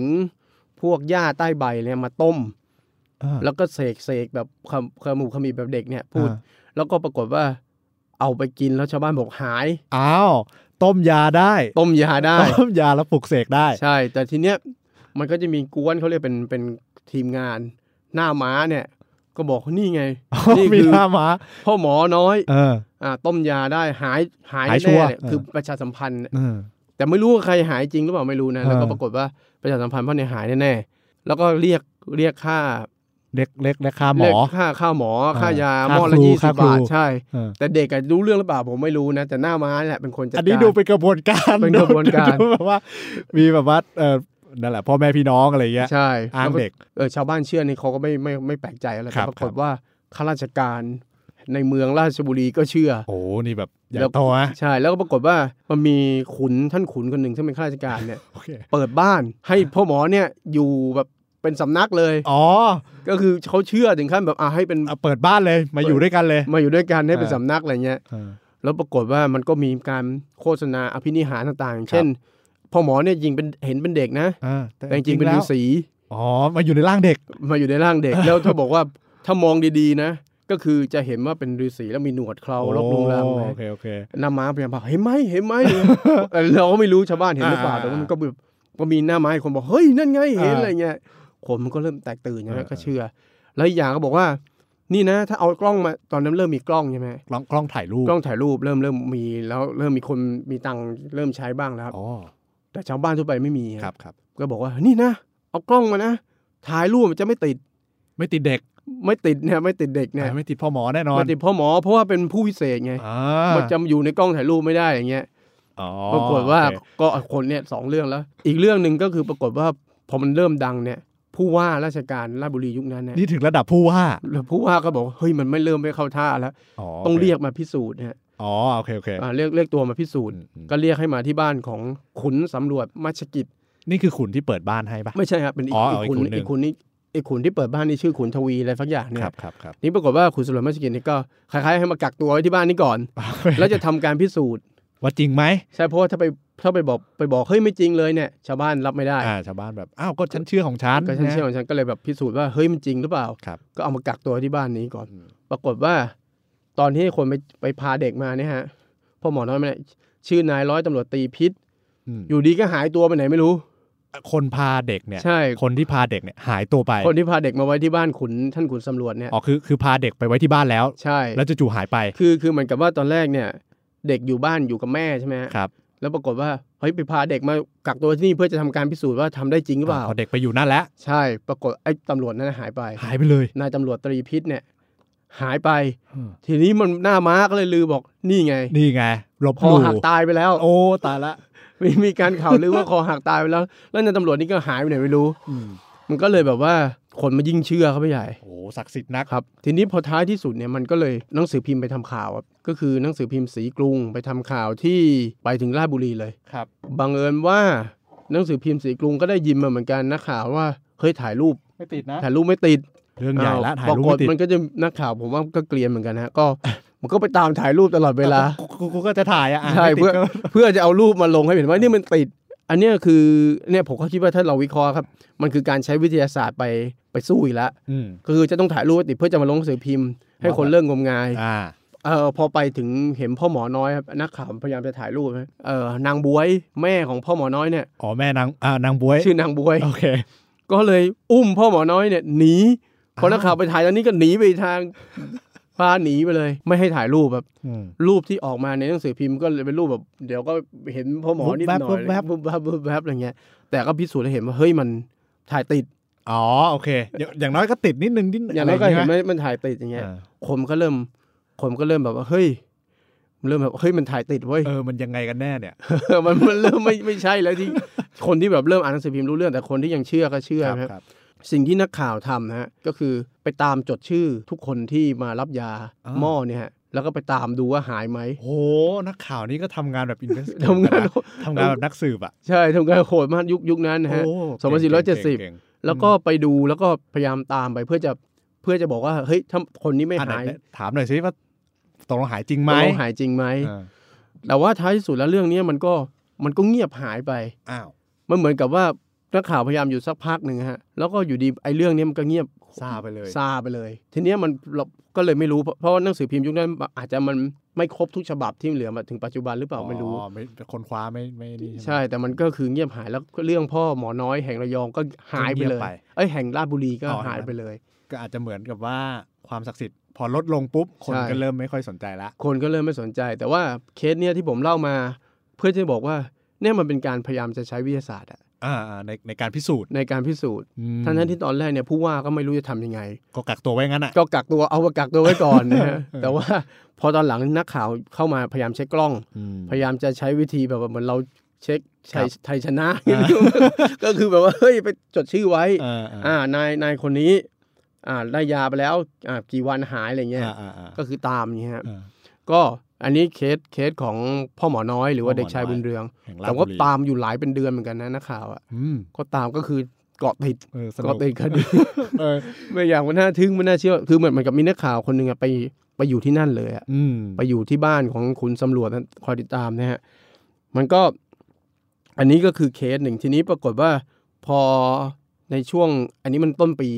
S2: พวกหญ้าใต้ใบเนี่ยมาต้ม
S4: อ่า
S2: แล้วก็เสกเสกแบบขมขมูขมีแบบเด็กเนี่ยพูด
S4: อ่า
S2: แล้วก็ปรากฏว่า เอาไปกินแล้วชาวบ้านบอกหาย
S4: อ้าว ต้มยาได้
S2: ต้มยาได้
S4: ต้มยาแล้วปลุกเสกได้
S2: ใช่ แต่ทีเนี้ยมันก็จะมีกวนเขาเรียกเป็นเป็นทีมงาน หน้าม้าเนี่ย ก็บอกนี่ไง นี่
S4: มี
S2: คือ
S4: ท่ามา
S2: พ่อหมอน้อย
S4: เออ
S2: อ่าต้มยาได้หายหาย
S4: หายชัว
S2: แน่
S4: ร์
S2: เลย
S4: เออ
S2: คือประชาสัมพันธ์
S4: เออ
S2: แต่ไม่รู้ว่าใครหายจริงหรือเปล่าไม่รู้นะ แล้วก็
S4: เออ
S2: ปรากฏว่าประชาสัมพันธ์พ่อเนี่ยหายแน่ๆแล้วก็เรียกเรียกค่า
S4: เล็กเล็กเล็กค่าหม
S2: เรีย
S4: อ
S2: กค่าค่าหมอค่ายา
S4: ค่า
S2: หม้อละ
S4: ครู
S2: ยี่สิ
S4: ค่า
S2: บ
S4: ครู
S2: บาทใช่
S4: เออ
S2: แต่เด็กอะรู้เรื่องหรือเปล่าผมไม่รู้นะ แต่หน้าม้าเนี่ยเป็นคนจัด
S4: อั
S2: การ
S4: นนี้ดูเป็นกระบวนการ
S2: เป็นกระบวนการ
S4: ดูดูแบบว่า มีแบบว่าเออนั่นแหละพ่อแม่พี่น้องอะไรอย่างเงี้ย
S2: ใช่
S4: อ้าง
S2: แล้วก็
S4: เด็ก
S2: เออชาวบ้านเชื่อนี่เขาก็ไม่ไม่ไม่แปลกใจอะไร
S4: ครับ
S2: แต่ปราก
S4: ค
S2: ฏ
S4: รับ
S2: ว่าข้าราชการในเมืองราชบุรีก็เชื่อ
S4: โอ้นี่แบบใหญ่
S2: แล้ว
S4: โตนะ
S2: ใช่แล้วก็ปรากฏว่ามันมีขุนท่านขุนคนหนึ่งซึ่งเป็นข้าราชการเนี่ย
S4: โอเค
S2: เปิดบ้านให้พ่อหมอเนี่ยอยู่แบบเป็นสำนักเลย
S4: อ๋อ
S2: ก็คือเขาเชื่อถึงขั้นแบบอ่ะให้เป็น
S4: เอาเปิดบ้านเลยมาอยู่ด้วยกันเลย
S2: มาอยู่ด้วยกันให้เป็น
S4: เออ
S2: สำนักอะไรเงี้ย
S4: เออ
S2: แล้วปรากฏว่ามันก็มีการโฆษณาอภินิหารต่างๆ เช่นพ่อหมอเนี่ยยิงเป็นเห็นเป็นเด็กนะ
S4: อ่า
S2: แต่จริงๆเป็นฤาษี
S4: อ๋อ มาอยู่ในร่างเด็ก
S2: มาอยู่ในร่าง เด็ก แล้วถ้าบอกว่าถ้ามองดีๆนะ ก็คือจะเห็นว่าเป็นฤาษีแล้วมีหนวดเคราลกลงลาง
S4: โอเคโอเค
S2: หน้าม้าพยายามบอกเห็นไหมเห็นไหม เออเราก็ไม่รู้ชาวบ้านเห็นหรือเปล่า
S4: อ่า
S2: แต่ว่ามันก็แบบก็มีหน้าม้าอีกคนบอกเฮ้ยนั่นไงเห็น
S4: อ่า
S2: อะไรเงี้ยคนมันก็เริ่มแตกตื่นใช่ไหม
S4: เออ
S2: ก็เชื่อ แล้วอีกอย่างก็บอกว่า นี่นะ ถ้าเอากล้องมาตอนนั้นเริ่มมีกล้องใช่ไหม
S4: กล้องกล้องถ่ายรูป
S2: กล้องถ่ายรูปเริ่มเริ่มมีแล้วเริ่มมีคนมีตังค์เริ่มใช้บ้างแล้วครับ
S4: อ๋อ
S2: แต่ชาวบ้านทั่วไปไม่มีฮะ
S4: ครับครับ
S2: ก็บอกว่านี่นะ เอากล้องมานะถ่ายรูปมันจะไม่ติด
S4: ไม่ติดเด็ก
S2: ไม่ติดเนี่ยไม่ติดเด็กเนี่ย
S4: อ่าไม่ติดพ่อหมอแน่นอน
S2: มันติดพ่อหมอเพราะว่าเป็นผู้พิเศษไง
S4: อ่า
S2: มันจำอยู่ในกล้องถ่ายรูปไม่ได้อย่างเงี้ย
S4: อ๋อ
S2: ปรากฏว่า
S4: โอเค
S2: ก็คนเนี่ยสองเรื่องแล้ว อีกเรื่องหนึ่งก็คือปรากฏว่าพอมันเริ่มดังเนี่ย ผู้ว่าราชการราชบุรียุคนั้นเนี่ย
S4: นี่ถึงระดับผู้ว่า
S2: แล้วผู้ว่าก็บอกว่าเฮ้ยมันไม่เริ่มไม่เข้าท่าแล้ว
S4: อ๋อ
S2: ต้อง
S4: โค
S2: เรียกมาพิสูจน์เนี่ย
S4: อ๋อโอเคโอเค
S2: อ่าเรียกเรียกตัวมาพิสูจน์
S4: อืม
S2: ก็เรียกให้มาที่บ้านของขุนสำรวจมัชกิจ
S4: นี่คือขุนที่เปิดบ้านให้ปะ
S2: ไม่ใช่ครับเป็นอี
S4: อ๋
S2: ก
S4: อ
S2: อีก
S4: เอาอีก
S2: ขุน
S4: ขุนหนึ่ง
S2: อีกขุนนี่อีกขุนที่เปิดบ้านนี่ชื่อขุนทวีอะไรสักอย่างเนี่
S4: ค
S2: ย
S4: รับครับครับ
S2: นี่ปรากฏว่าขุนสำรวจมัชกิจนี่ก็คล้ายๆให้มากักตัวไว้ที่บ้านนี่ก่อน แล้วจะทำการพิสูจน์
S4: ว่าจริงไหม
S2: ใช่เพราะว่าถ้าไปถ้าไปบอกไปบอกเฮ้ยไม่จริงเลยเนี่ย ชาวบ้านรับไม่ได้
S4: อ่าชาวบ้านแบบอ้าวก็ฉันเชื่อของฉัน
S2: ก็ฉันเชื่อของฉันก็เลยแบบพิสูจน์ว่าเฮ้ยมันจริงหรือเปล่า
S4: ครับ
S2: ก็เอามากักตัวที่บ้านนี้ก่อน
S4: อืม
S2: ปรากฏว่า ตอนที่คนไปไปพาเด็กมาเนี่ยฮะพ่อหมอน้อยมาเนี่ยชื่อนายร้อยตำรวจตีพิษ
S4: อืม
S2: อยู่ดีก็หายตัวไปไหนไม่รู้
S4: คนพาเด็กเนี่ย
S2: ใช่
S4: คนที่พาเด็กเนี่ยหายตัวไป
S2: คนที่พาเด็กมาไว้ที่บ้านขุนท่านขุนสำรวจเนี่ย
S4: อ๋อคือคือพาเด็กไปไว้ที่บ้านแล้ว
S2: ใช่
S4: แล้วจู่ๆหายไป
S2: คือคือเหมือนกับว่าตอนแรกเนี่ย เด็กอยู่บ้านอยู่กับแม่ใช่ไหมฮะ
S4: ครับ
S2: แล้วปรากฏว่าเฮ้ยไปพาเด็กมากักตัวที่นี่เพื่อจะทำการพิสูจน์ว่าทำได้จริงหรือเปล่า
S4: พอเด็กไปอยู่นั่นแล้ว
S2: ใช่ ปรากฏไอ้ตำรวจนั่นนะหายไป
S4: หายไปเลย
S2: นายตำรวจตรีพิษเนี่ย หายไป
S4: อืม
S2: ทีนี้มันหน้าม้าก็เลยลือบอกนี่ไง
S4: นี่ไงหลบห
S2: คอ
S4: ลู่
S2: หักตายไปแล้ว
S4: โอ้ตายละ
S2: มีมีการข่าวลือว่าคอหักตายไปแล้ว แล้วนายตำรวจนี่ก็หายไปไหนไม่รู้ มันก็เลยแบบว่าคนมายิ่งเชื่อเขาไปใหญ่
S4: โอ้โหศักดิ์สิทธิ์นัก
S2: ครับ ทีนี้พอท้ายที่สุดเนี่ยมันก็เลยหนังสือพิมพ์ไปทำข่าวครับก็คือหนังสือพิมพ์สีกรุงไปทำข่าวที่ไปถึงราชบุรีเลย
S4: ครับ
S2: บังเอิญว่าหนังสือพิมพ์สีกรุงก็ได้ยินมาเหมือนกันนักข่าวว่าเฮ้ยถ่ายรูป
S4: ไม่ติดนะ
S2: ถ่ายรูปไม่ติด
S4: เรื่องใหญ่ละ
S2: อ้ว
S4: ถ่ายรูป
S2: ป
S4: ไม่
S2: ก
S4: ติด
S2: มันก็จะนักข่าวผมว่าก็เกลียนเหมือนกันฮะก็ มันก็ไปตามถ่ายรูปตลอดเวลา
S4: กูกูกูก็จะถ่ายอ่ะอ่ะ
S2: ใช่
S4: ไม่ติด
S2: เพื่อ
S4: ก็
S2: เพื่อจะเอารูปมาลงให้เห็นว่านี่มันติด อันเนี้ยคือเนี่ยผมก็คิดว่าถ้าเราวิเคราะห์ครับ มันคือการใช้วิทยาศาสตร์ไปไปสู้อีกแล้ว
S4: อืม
S2: ก็คือจะต้องถ่ายรูปให้ติดเพื่อจะมาลงหนังสือพิมพ์ ให้คน
S4: ว่าแบบ
S2: เริ่มงมงาย
S4: อ่า
S2: เออพอไปถึงเห็นพ่อหมอน้อยครับนักข่าวพยายามจะถ่ายรูปนะเออนางบวยแม่ของพ่อหมอน้อยเนี่ย
S4: อ๋อแม่นางอ่านางบวย
S2: ชื่อนางบวย
S4: โอเค
S2: ก็เลยอุ้มพ่อหมอน้อยเนี่ยหนีพอ
S4: อ้าว
S2: นักข่าวไปถ่ายตอนนี้ก็หนีไปอีกทาง พาหนีไปเลย ไม่ให้ถ่ายรูปแบบ
S4: อืม
S2: รูปที่ออกมาในหนังสือพิมพ์ก็เลยเป็นรูปแบบเดี๋ยวก็เห็นพ่อหมอนิดหน่อย
S4: วุบแวบวุ
S2: วุ
S4: บ
S2: บแวบวุบแวบอะไรเงี้ยแต่ก็พิสูจน์ให้เห็นว่าเฮ้ยมันถ่ายติด
S4: อ๋อโอเคอย่างอย่างน้อยก็ติดนิดนึงนิดนึง
S2: อย่างน้อยก็
S4: ะ
S2: เห็
S4: ไร
S2: น
S4: งงี้
S2: ว่ามันถ่ายติดอย่าง
S4: ใช่
S2: เงี้ย
S4: ไหม
S2: คนก็เริ่มคนก็เริ่มแบบว่าเฮ้ยเริ่มแบบเฮ้ยมันถ่ายติดเว้ย
S4: เออมันยังไงกันแน่เนี่ย
S2: มันมันเริ่มไม่ไม่ใช่แล้วที่ คนที่แบบเริ่มอ่านหนังสือพิมพ์รู้เรื่องแต่คนที่ยังเชื่อก็เชื่อนะครับ สิ่งที่นักข่าวทำนะฮะก็คือไปตามจดชื่อทุกคนที่มารับยา
S4: อ่า
S2: หม้อเนี่ยฮะแล้วก็ไปตามดูว่าหายไหม
S4: โอ้โหนักข่าวนี่ก็ทำงานแบบอินเวส
S2: ทำงาน โหด
S4: ทำงานแบบนักสืบอ่ะ
S2: ใช่ทำงานโหดมากยุคยุคนั้นนะฮะ
S4: โอ้
S2: สองพันสี่ร้อยเจ็ดสิบ
S4: ก่งๆ
S2: แล้วก็ไปดูแล้วก็พยายามตามไปเพื่อจะเพื่อจะบอกว่าเฮ้ยถ้าคนนี้ไม่
S4: อ่ะไห
S2: าย
S4: นถามหน่อยสิว่าตกลงหายจริงไหม
S2: ตกลงหายจริงไหม
S4: อ่า
S2: แต่ว่าท้ายที่สุดแล้วเรื่องเนี้ยมันก็มันก็เงียบหายไป
S4: อ้าว
S2: มันเหมือนกับว่า นักข่าวพยายามอยู่สักพักหนึ่งฮะแล้วก็อยู่ดีไอ้เรื่องเนี้ยมันก็เงียบ
S4: ซาไปเลย
S2: ซาไปเลย ทีเนี้ยมันเราก็เลยไม่รู้เพราะเพราะว่าหนังสือพิมพ์ยุคนั้นอาจจะมันไม่ครบทุกฉบับที่เหลือมาถึงปัจจุบันหรือเปล่าไม่รู้
S4: อ๋อไม่คนคว้าไม่ไม่นี่ไหม
S2: ใช่แต่มันก็คือเงียบหายแล้วเรื่องพ่อหมอน้อยแห่งระยองก็หายไปเล
S4: ก็เงียบ
S2: ย
S4: ไป
S2: เอ้ยแห่งราชบุรีก็
S4: อ๋อ
S2: หายไปเลย
S4: ก็อาจจะเหมือนกับว่าความศักดิ์สิทธิ์พอลดลงปุ๊บ คน
S2: ใช่
S4: ก็เริ่มไม่ค่อยสนใจละ
S2: คนก็เริ่มไม่สนใจ แต่ว่าเคสเนี้ยที่ผมเล่ามา เพื่อจะบอกว่าเนี่ยมันเป็นการพยายามจะใช้วิทยาศาสตร์อะ
S4: อ่าอ่าในในการพิสูจน์
S2: ในการพิสูจน์
S4: อืม
S2: ทั้งนั้นที่ตอนแรกเนี่ยผู้ว่าก็ไม่รู้จะทำยังไง
S4: ก็กักตัวไว้งั้นอ่ะ
S2: ก็กักตัวเอาไปกักตัวไว้ก่อนนะฮะ แต่ว่าพอตอนหลังนักข่าวเข้ามาพยายามเช็คกล้อง พยายามจะใช้วิธีแบบว่าเหมือนเราเช็คชัยไทยชนะ
S4: อ่า
S2: ก็คือแบบว่าเฮ้ยไปจดชื่อไว้
S4: อ่าอ่า
S2: อ่านายนายคนนี้ อ่าได้ยาไปแล้วอ่ากี่วันหายอะไรเงี้ย
S4: อ่าอ่าอ่า
S2: ก็คือตามอย่างเงี้ยฮะ
S4: อ่า
S2: ก็อันนี้เคสเคสของพ่อหมอน้อยหรือว่า
S4: พ่อหมอน้อย
S2: เด็กชายบุญเรือง
S4: แห่งราช
S2: แต่
S4: บุ
S2: ว่า
S4: รี
S2: ตามอยู่หลายเป็นเดือนเหมือนกันนะนักข่าวอ่ะ
S4: อืม
S2: ก็ตามก็คือเกาะติด
S4: เออสนุ
S2: เกาะ
S4: ก
S2: ติดคดี
S4: เออ
S2: ไม่อย่างมันน่าทึ่งมันน่าเชื่อคือเหมือนเหมือนกับมีนักข่าวคนหนึ่งอะไปไปอยู่ที่นั่นเลยอะ
S4: อืม
S2: ไปอยู่ที่บ้านของขุนสำรวจนะคอยติดตามนะฮะมันก็ อันนี้ก็คือเคสหนึ่งทีนี้ปรากฏว่า พอในช่วง อันนี้มันต้นปี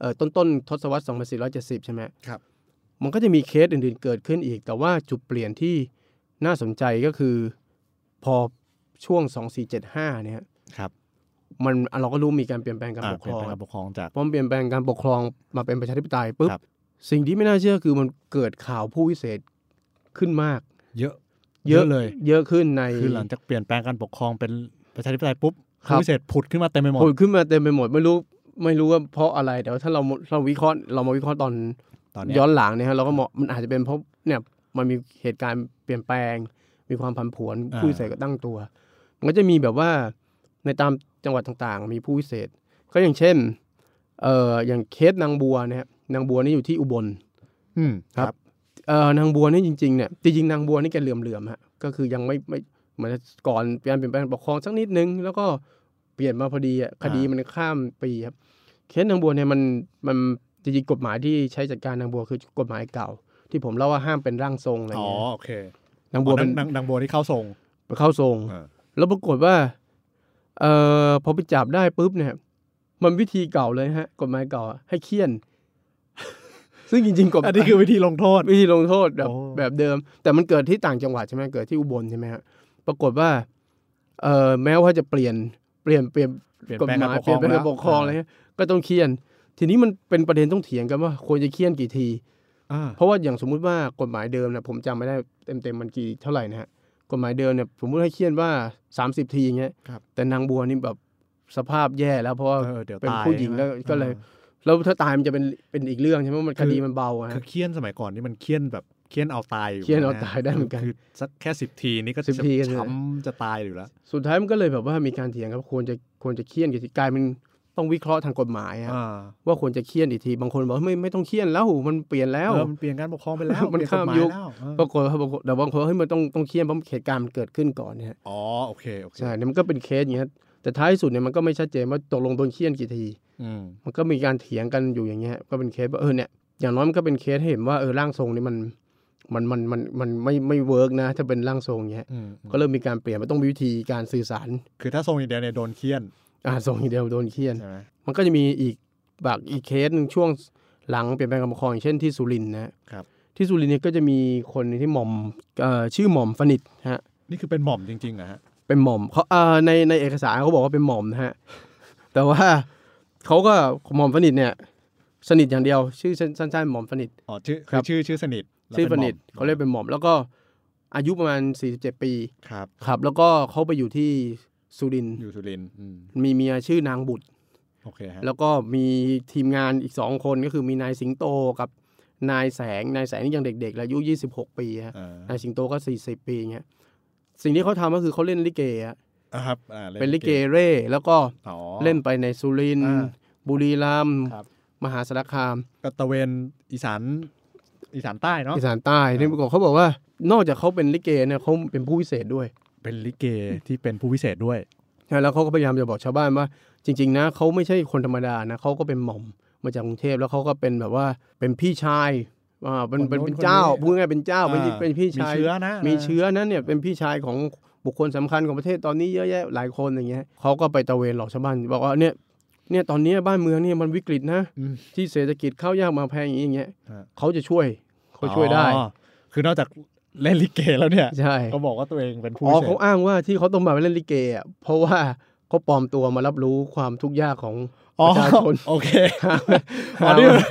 S2: เอ่อต้นต้นทศวรรษ2470 ใช่ไหม
S4: ครับ
S2: มันก็จะมีเคสอื่นๆเกิดขึ้นอีก แต่ว่าจุดเปลี่ยนที่น่าสนใจก็คือ พอช่วง 2475 เนี่ย
S4: ครับ
S2: มันเราก็รู้มีการเปลี่ยนแปลงการ
S4: อ่า
S2: ปกค
S4: เป็น
S2: รอง
S4: การปกครองจาก
S2: พอมันเปลี่ยนแปลงการปกครองมาเป็นประชาธิปไตยปุ๊บ
S4: ครับ
S2: สิ่งที่ไม่น่าเชื่อคือมันเกิดข่าวผู้วิเศษขึ้นมาก
S4: เยอะ
S2: เยอะ
S4: เลย
S2: เยอะขึ้นใน
S4: คือหลังจากเปลี่ยนแปลงการปกครองเป็นประชาธิปไตยปุ๊บ
S2: ครับ
S4: ผู้พิเศษผุดขึ้นมาเต็มไปหมด
S2: ผลขึ้นมาเต็มไปหมดไม่รู้ไม่รู้ว่าเพราะอะไรแต่ว่าถ้าเราเราวิเคราะห์เรามาวิเคราะห์ตอน
S4: ตอนเนี้ย
S2: ย้อนหลังเนี่ยฮะเราก็มองมันอาจจะเป็นเพราะเนี่ยมันมีเหตุการณ์เปลี่ยนแปลง มีความผันผวน
S4: อ่า
S2: ผู้วิเศษก็ตั้งตัว มันก็จะมีแบบว่าในตามจังหวัดต่างๆ มีผู้วิเศษ ก็อย่างเช่นเอ่ออย่างเคสนางบัวนะครับนางบัวนี่อยู่ที่อุบล
S4: อืม
S2: ครับ เอ่อนางบัวนี่จริงๆเนี่ยจริงๆนางบัวนี่แกเหลื่อมๆฮะก็คือยังไม่ไม่เหมือนก่อนการเปลี่ยนแปลงปกครองสักนิดนึง แล้วก็เปลี่ยนมาพอดีอ่ะคดี
S4: อ่ามั
S2: มันข้ามปีครับเคสนางบัวเนี่ยมันมันจริงๆกฎหมายที่ใช้จัดการนางบัวคือกฎหมายเก่า ที่ผมเล่าว่าห้ามเป็นร่างทรงอะไร
S4: อ๋อ
S2: เงี้ย
S4: โอเคน
S2: างบัวเป็น
S4: นางนางบัวที่เข้าทรง
S2: เข้าทรง
S4: อ่า
S2: แล้วปรากฏว่าเอ่อพอไปจับได้ปุ๊บเนี่ยมันวิธีเก่าเลยฮะกฎหมายเก่าอะให้เคี่ยน ซึ่งจริงๆกฎห
S4: อั
S2: มาน ย
S4: นี้คือวิธีลงโทษ
S2: วิธีลงโทษแบบ
S4: โอ้
S2: แบบเดิม แต่มันเกิดที่ต่างจังหวัดใช่ไหมเกิดที่อุบลใช่ไหมฮะปรากฏว่าเอ่อแม้ว่าจะเปลี่ยนเปลี่ยนเปลี่ยน
S4: เปลี่ยน
S2: กฎ
S4: แปลง
S2: ห
S4: การ
S2: มาย
S4: ปกค
S2: เป
S4: รอย ง
S2: ลี่นเป็น
S4: แล้
S2: กาว รปกครองอะไรเงี้ยก็ต้องเคียน ทีนี้มันเป็นประเด็นต้องเถียงกันว่าควรจะเคียนกี่ที
S4: อ่า
S2: เพราะว่าอย่างสมมุติว่ากฎหมายเดิมนะผมจำไม่ได้เต็มเต็มๆมันกี่เท่าไหร่นะฮะกฎหมายเดิมเนี่ยสมมติให้เคียนว่า 30 ทีอย่างเงี้ย
S4: ครับ
S2: แต่นางบัวนี่แบบสภาพแย่แล้วเพราะว่า
S4: เออเดี๋ยว
S2: เป็น
S4: ตาย
S2: ผู้หญิง
S4: ใช่ไหม
S2: แล้วก็เลย
S4: อ่
S2: แล้วถ้าตายมันจะเป็นเป็นอีกเรื่องใช่ไหมมันคดี
S4: คือ
S2: มันเบาอะฮะ
S4: คือเคี่ยนสมัยก่อนนี่มันเคี่ยนแบบเคี่ยนเอาตายอยู่
S2: เคี่ยนเอา
S4: ะ
S2: ตายได้เหมือนกัน
S4: คือสักแค่สิบทีนี่ก็
S2: สิบทีก็
S4: จะช้ำจะตายอยู่แล้ว
S2: สุดท้ายมันก็เลยแบบว่ามีการเถียงครับควรจะควรจะเคี่ยนกี่ทีกลายเป็นต้องวิเคราะห์ทางกฎหมายอะ
S4: อ่า
S2: ว่าควรจะเคี่ยนอีกทีบางคนบอกว่าไม่ไม่ต้องเคี่ยนแล้วมันเปลี่ยนแล้ว
S4: เออมันเปลี่ยนการปกครองไปแล้ว
S2: มัน
S4: เปลี่ยกฎห
S2: ข้ามยุค
S4: แล้วเออ
S2: ปรากฏว่าบางคนแต่บางคนเฮ้ยมันต้องต้องเคี่ยนเพราะเหตุการณ์มันเกิดขึ้นก่อนเนี่ยฮะ
S4: อ๋อโอเคโอเค
S2: ใช่เนี่ยมันก็เป็นเคสอย่างเงี้ยแต่ท้ายสุดเนี่ยมันก็ไม่ชัดเจนว่าตกลงโดนเคี่ยนกี่ที
S4: อืม
S2: มันก็มีการเถียงกันอยู่อย่างเงี้ยก็เป็นเคสว่าเออเนี่ยอย่างน้อยมันก็เป็นเคสให้เห็นว่าเออร่างทรงนี่มันมันมันมันมันไม่ไม่เวิร์กนะ ถ้าเป็นร่างทรงเงี้ย
S4: อืม
S2: ก็เริ่มมีการเปลี่ยนมันต้องมีวิธีการสื่อสาร
S4: คือถ้าทรงอย่างเดียวเนี่ยโดนเคี่ยน
S2: อ่าทรงอย่างเดียวโดนเคี่ยน
S4: ใช่ไหม
S2: มันก็จะมีอีกแบบอีกเคสหนึ่งช่วงหลังเปลี่ยนแปลงการปกครองอย่างเช่นที่สุรินทร์นะฮะ
S4: ครับ
S2: ที่สุรินทร์เนี่ยก็จะมีคนที่หม่อมเอ่อชื่อหม่อมฟนิตฮะ
S4: นี่คือเป็นหม่อมจริงๆเหรอะฮะ
S2: เป็นหม่อมเขาเอ่อในในเอกสารเขาบอกว่าเป็นหม่อมนะฮะ แต่ว่าเขาก็หม่อมฟนิตเนี่ย สนิทอย่างเดียว ชื่อสั้นๆหม่อมฟนิต
S4: อ๋อชื่อ
S2: ค
S4: คื
S2: รั
S4: อบ ชื่อชื่อสนิทแล้ว
S2: ชื่อฟ
S4: ป็หม่
S2: นิ
S4: ม
S2: ตเขาเรียกเป็นหม่อม แล้วก็อายุประมาณ 47 ปี
S4: ครับ
S2: ครับ แล้วก็เขาไปอยู่ที่สุรินทร์
S4: อยู่สุรินทร์อืม
S2: มีเมียชื่อนางบุตร
S4: โอเคฮะ
S2: แล้วก็มีทีมงานอีกสองคนก็คือมีนายสิงโตกับนายแสงนายแสงนี่ยังเด็กๆแล้วอายุ 26 ปีฮะ
S4: อ่าน
S2: ายสิงโตก็ 40 ปีเงี้ยสิ่งที่เขาทำก็คือเขาเล่นลิเกฮะ
S4: อ่าครับอ่า
S2: เป็นลิเกเร่แล้วก็
S4: อ๋อ
S2: เล่นไปในสุรินทร์
S4: อ่า
S2: บุรีรัมย์
S4: ครับ
S2: มหาสารคาม
S4: ก็ตะเวนอีสานอีสานใต้เนาะ
S2: อีสานใต้นี่ปรากฏเขาบอกว่านอกจากเขาเป็นลิเกเนี่ยเขาเป็นผู้พิเศษด้วย
S4: เป็นลิเกที่เป็นผู้พิเศษด้วย
S2: ใช่แล้วเขาก็พยายามจะบอกชาวบ้านว่า จริง ๆ นะเขาไม่ใช่คนธรรมดานะเขาก็เป็นหม่อมมาจากกรุงเทพแล้วเขาก็เป็นแบบว่าเป็นพี่ชายอ่าเป็นเป็นเป็นเจ้า
S4: คนนู้นคนนี้
S2: พูดง่ายๆเป็นเจ้าเป็น
S4: อ่า
S2: เป็นพี่ชา
S4: มี
S2: ย
S4: เชื้อนะ
S2: มีเชื้อนั้นเนี่ยเป็นพี่ชายของ บุคคลสำคัญของประเทศตอนนี้เยอะแยะหลายคนอย่างเงี้ยเขาก็ไปตระเวนหลอกชาวบ้านบอกว่าเนี่ยเนี่ยตอนนี้บ้านเมืองเนี่ยมันวิกฤตนะ
S4: อืม
S2: ที่เศรษฐกิจข้าวยากหมากแพงอย่างเงี้ยอย่างเงี้ย
S4: ฮะ
S2: เขาจะช่วยเขาช่วยได้
S4: อ๋อคือนอกจากเล่นลิเกแล้วเนี่ย
S2: ใช่
S4: ก็บอกว่าตัวเองเป็นผู้
S2: อ๋อ
S4: เส
S2: เขา
S4: พ
S2: อ้างว่าที่เขาต้องมาเล่นลิเกอ่ะเพราะว่าเขาปลอมตัวมารับรู้ความทุกข์ยากของ
S4: อ๋อ
S2: ประชาชน
S4: โอเคอ๋อนี่เป็น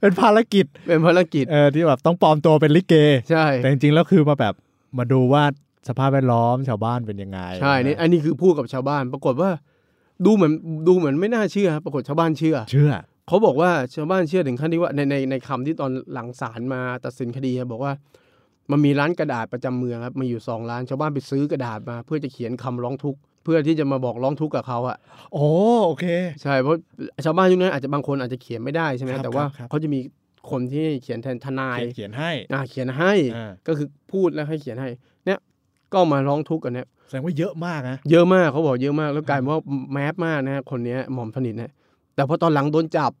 S4: เป็นภารกิจ
S2: เป็นภารกิจ
S4: เออที่แบบต้องปลอมตัวเป็นลิเก
S2: ใช่
S4: แต่จริงๆแล้วคือมาแบบมาดูว่าสภาพแวดล้อมชาวบ้านเป็นยังไง
S2: ใช่นี่อันนี้คือพูดกับชาวบ้าน ปรากฏว่า ดูเหมือนดูเหมือนไม่น่าเชื่อครับปรากฏชาวบ้านเชื่อ
S4: เชื่อ
S2: เขาบอกว่าชาวบ้านเชื่อถึงขั้นที่ว่าในในในคำที่ตอนหลังศาลมาตัดสินคดีอะบอกว่า มันมีร้านกระดาษประจำเมืองครับมีอยู่สองร้านชาวบ้านไปซื้อกระดาษมา เพื่อจะเขียนคำร้องทุกข์เพื่อที่จะมาบอกร้องทุกข์กับเขาอะ
S4: โอ้โอเค
S2: ใช่เพราะชาวบ้านยุคนั้นอาจจะบางคนอาจจะเขียนไม่ได้ใช่ไหม
S4: ครับ
S2: แต่ว่า
S4: ครับครับ
S2: เขาจะมีคนที่เขียนแทนทนาย
S4: เขียนเขียนให้
S2: อ่าเขียนให้
S4: อ่า
S2: ก็คือพูดแล้วให้เขียนให้เนี่ยก็มาร้องทุกข์กันเนี่ย
S4: แสดงว่าเยอะมากนะ
S2: เยอะมากเขาบอกเยอะมากแล้วกลายเป็นว่าแมสมากนะฮะคนเนี้ยหม่อมสนิทนะแต่พอตอนหลังโดนจับ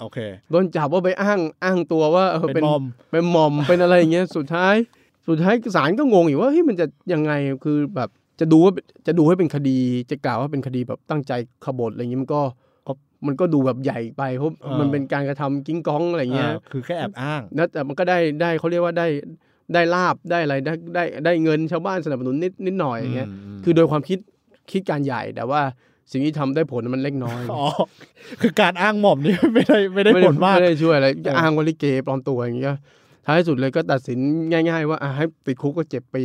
S4: โอเค
S2: โดนจับว่าไปอ้างอ้างตัวว่าเออ
S4: เป็นมอม
S2: เป็นหม่อม เป็นอะไรอย่างเงี้ยสุดท้าย สุดท้ายศาลก็งงอยู่ว่าเฮ้ยมันจะยังไงคือแบบจะดูว่าจะดูให้เป็นคดีจะกล่าวว่าเป็นคดีแบบตั้งใจขบฏอะไรอย่างเงี้ยมันก็
S4: ครับ
S2: มันก็ดูแบบใหญ่ไปเพราะ
S4: เออ
S2: มันเป็นการกระทำกิ้งก้องอะไรอย่างเงี้ย
S4: อ่าคือแค่แอบอ้าง
S2: นะแต่มันก็ได้ได้เขาเรียกว่าได้ได้ลาบได้อะไรได้ได้ได้เงินชาวบ้านสนับสนุนนิดนิดหน่อยอย่างเงี้ย
S4: อืมอืม
S2: คือโดยความคิดคิดการใหญ่แต่ว่าสิ่งที่ทำได้ผลมันเล็กน้อย
S4: อ๋อ คือการอ้างหม่อมนี่ ไม่ได้ไม่ได้ผลมาก
S2: ไม่ได้ช่วยอะไรจะ
S4: เอออ้
S2: อ้างว่าลิเกปลอมตัวอย่างเงี้ยท้ายสุดเลยก็ตัดสินง่าย ๆ ว่าอ่ะให้ติดคุกก็เจ็บปี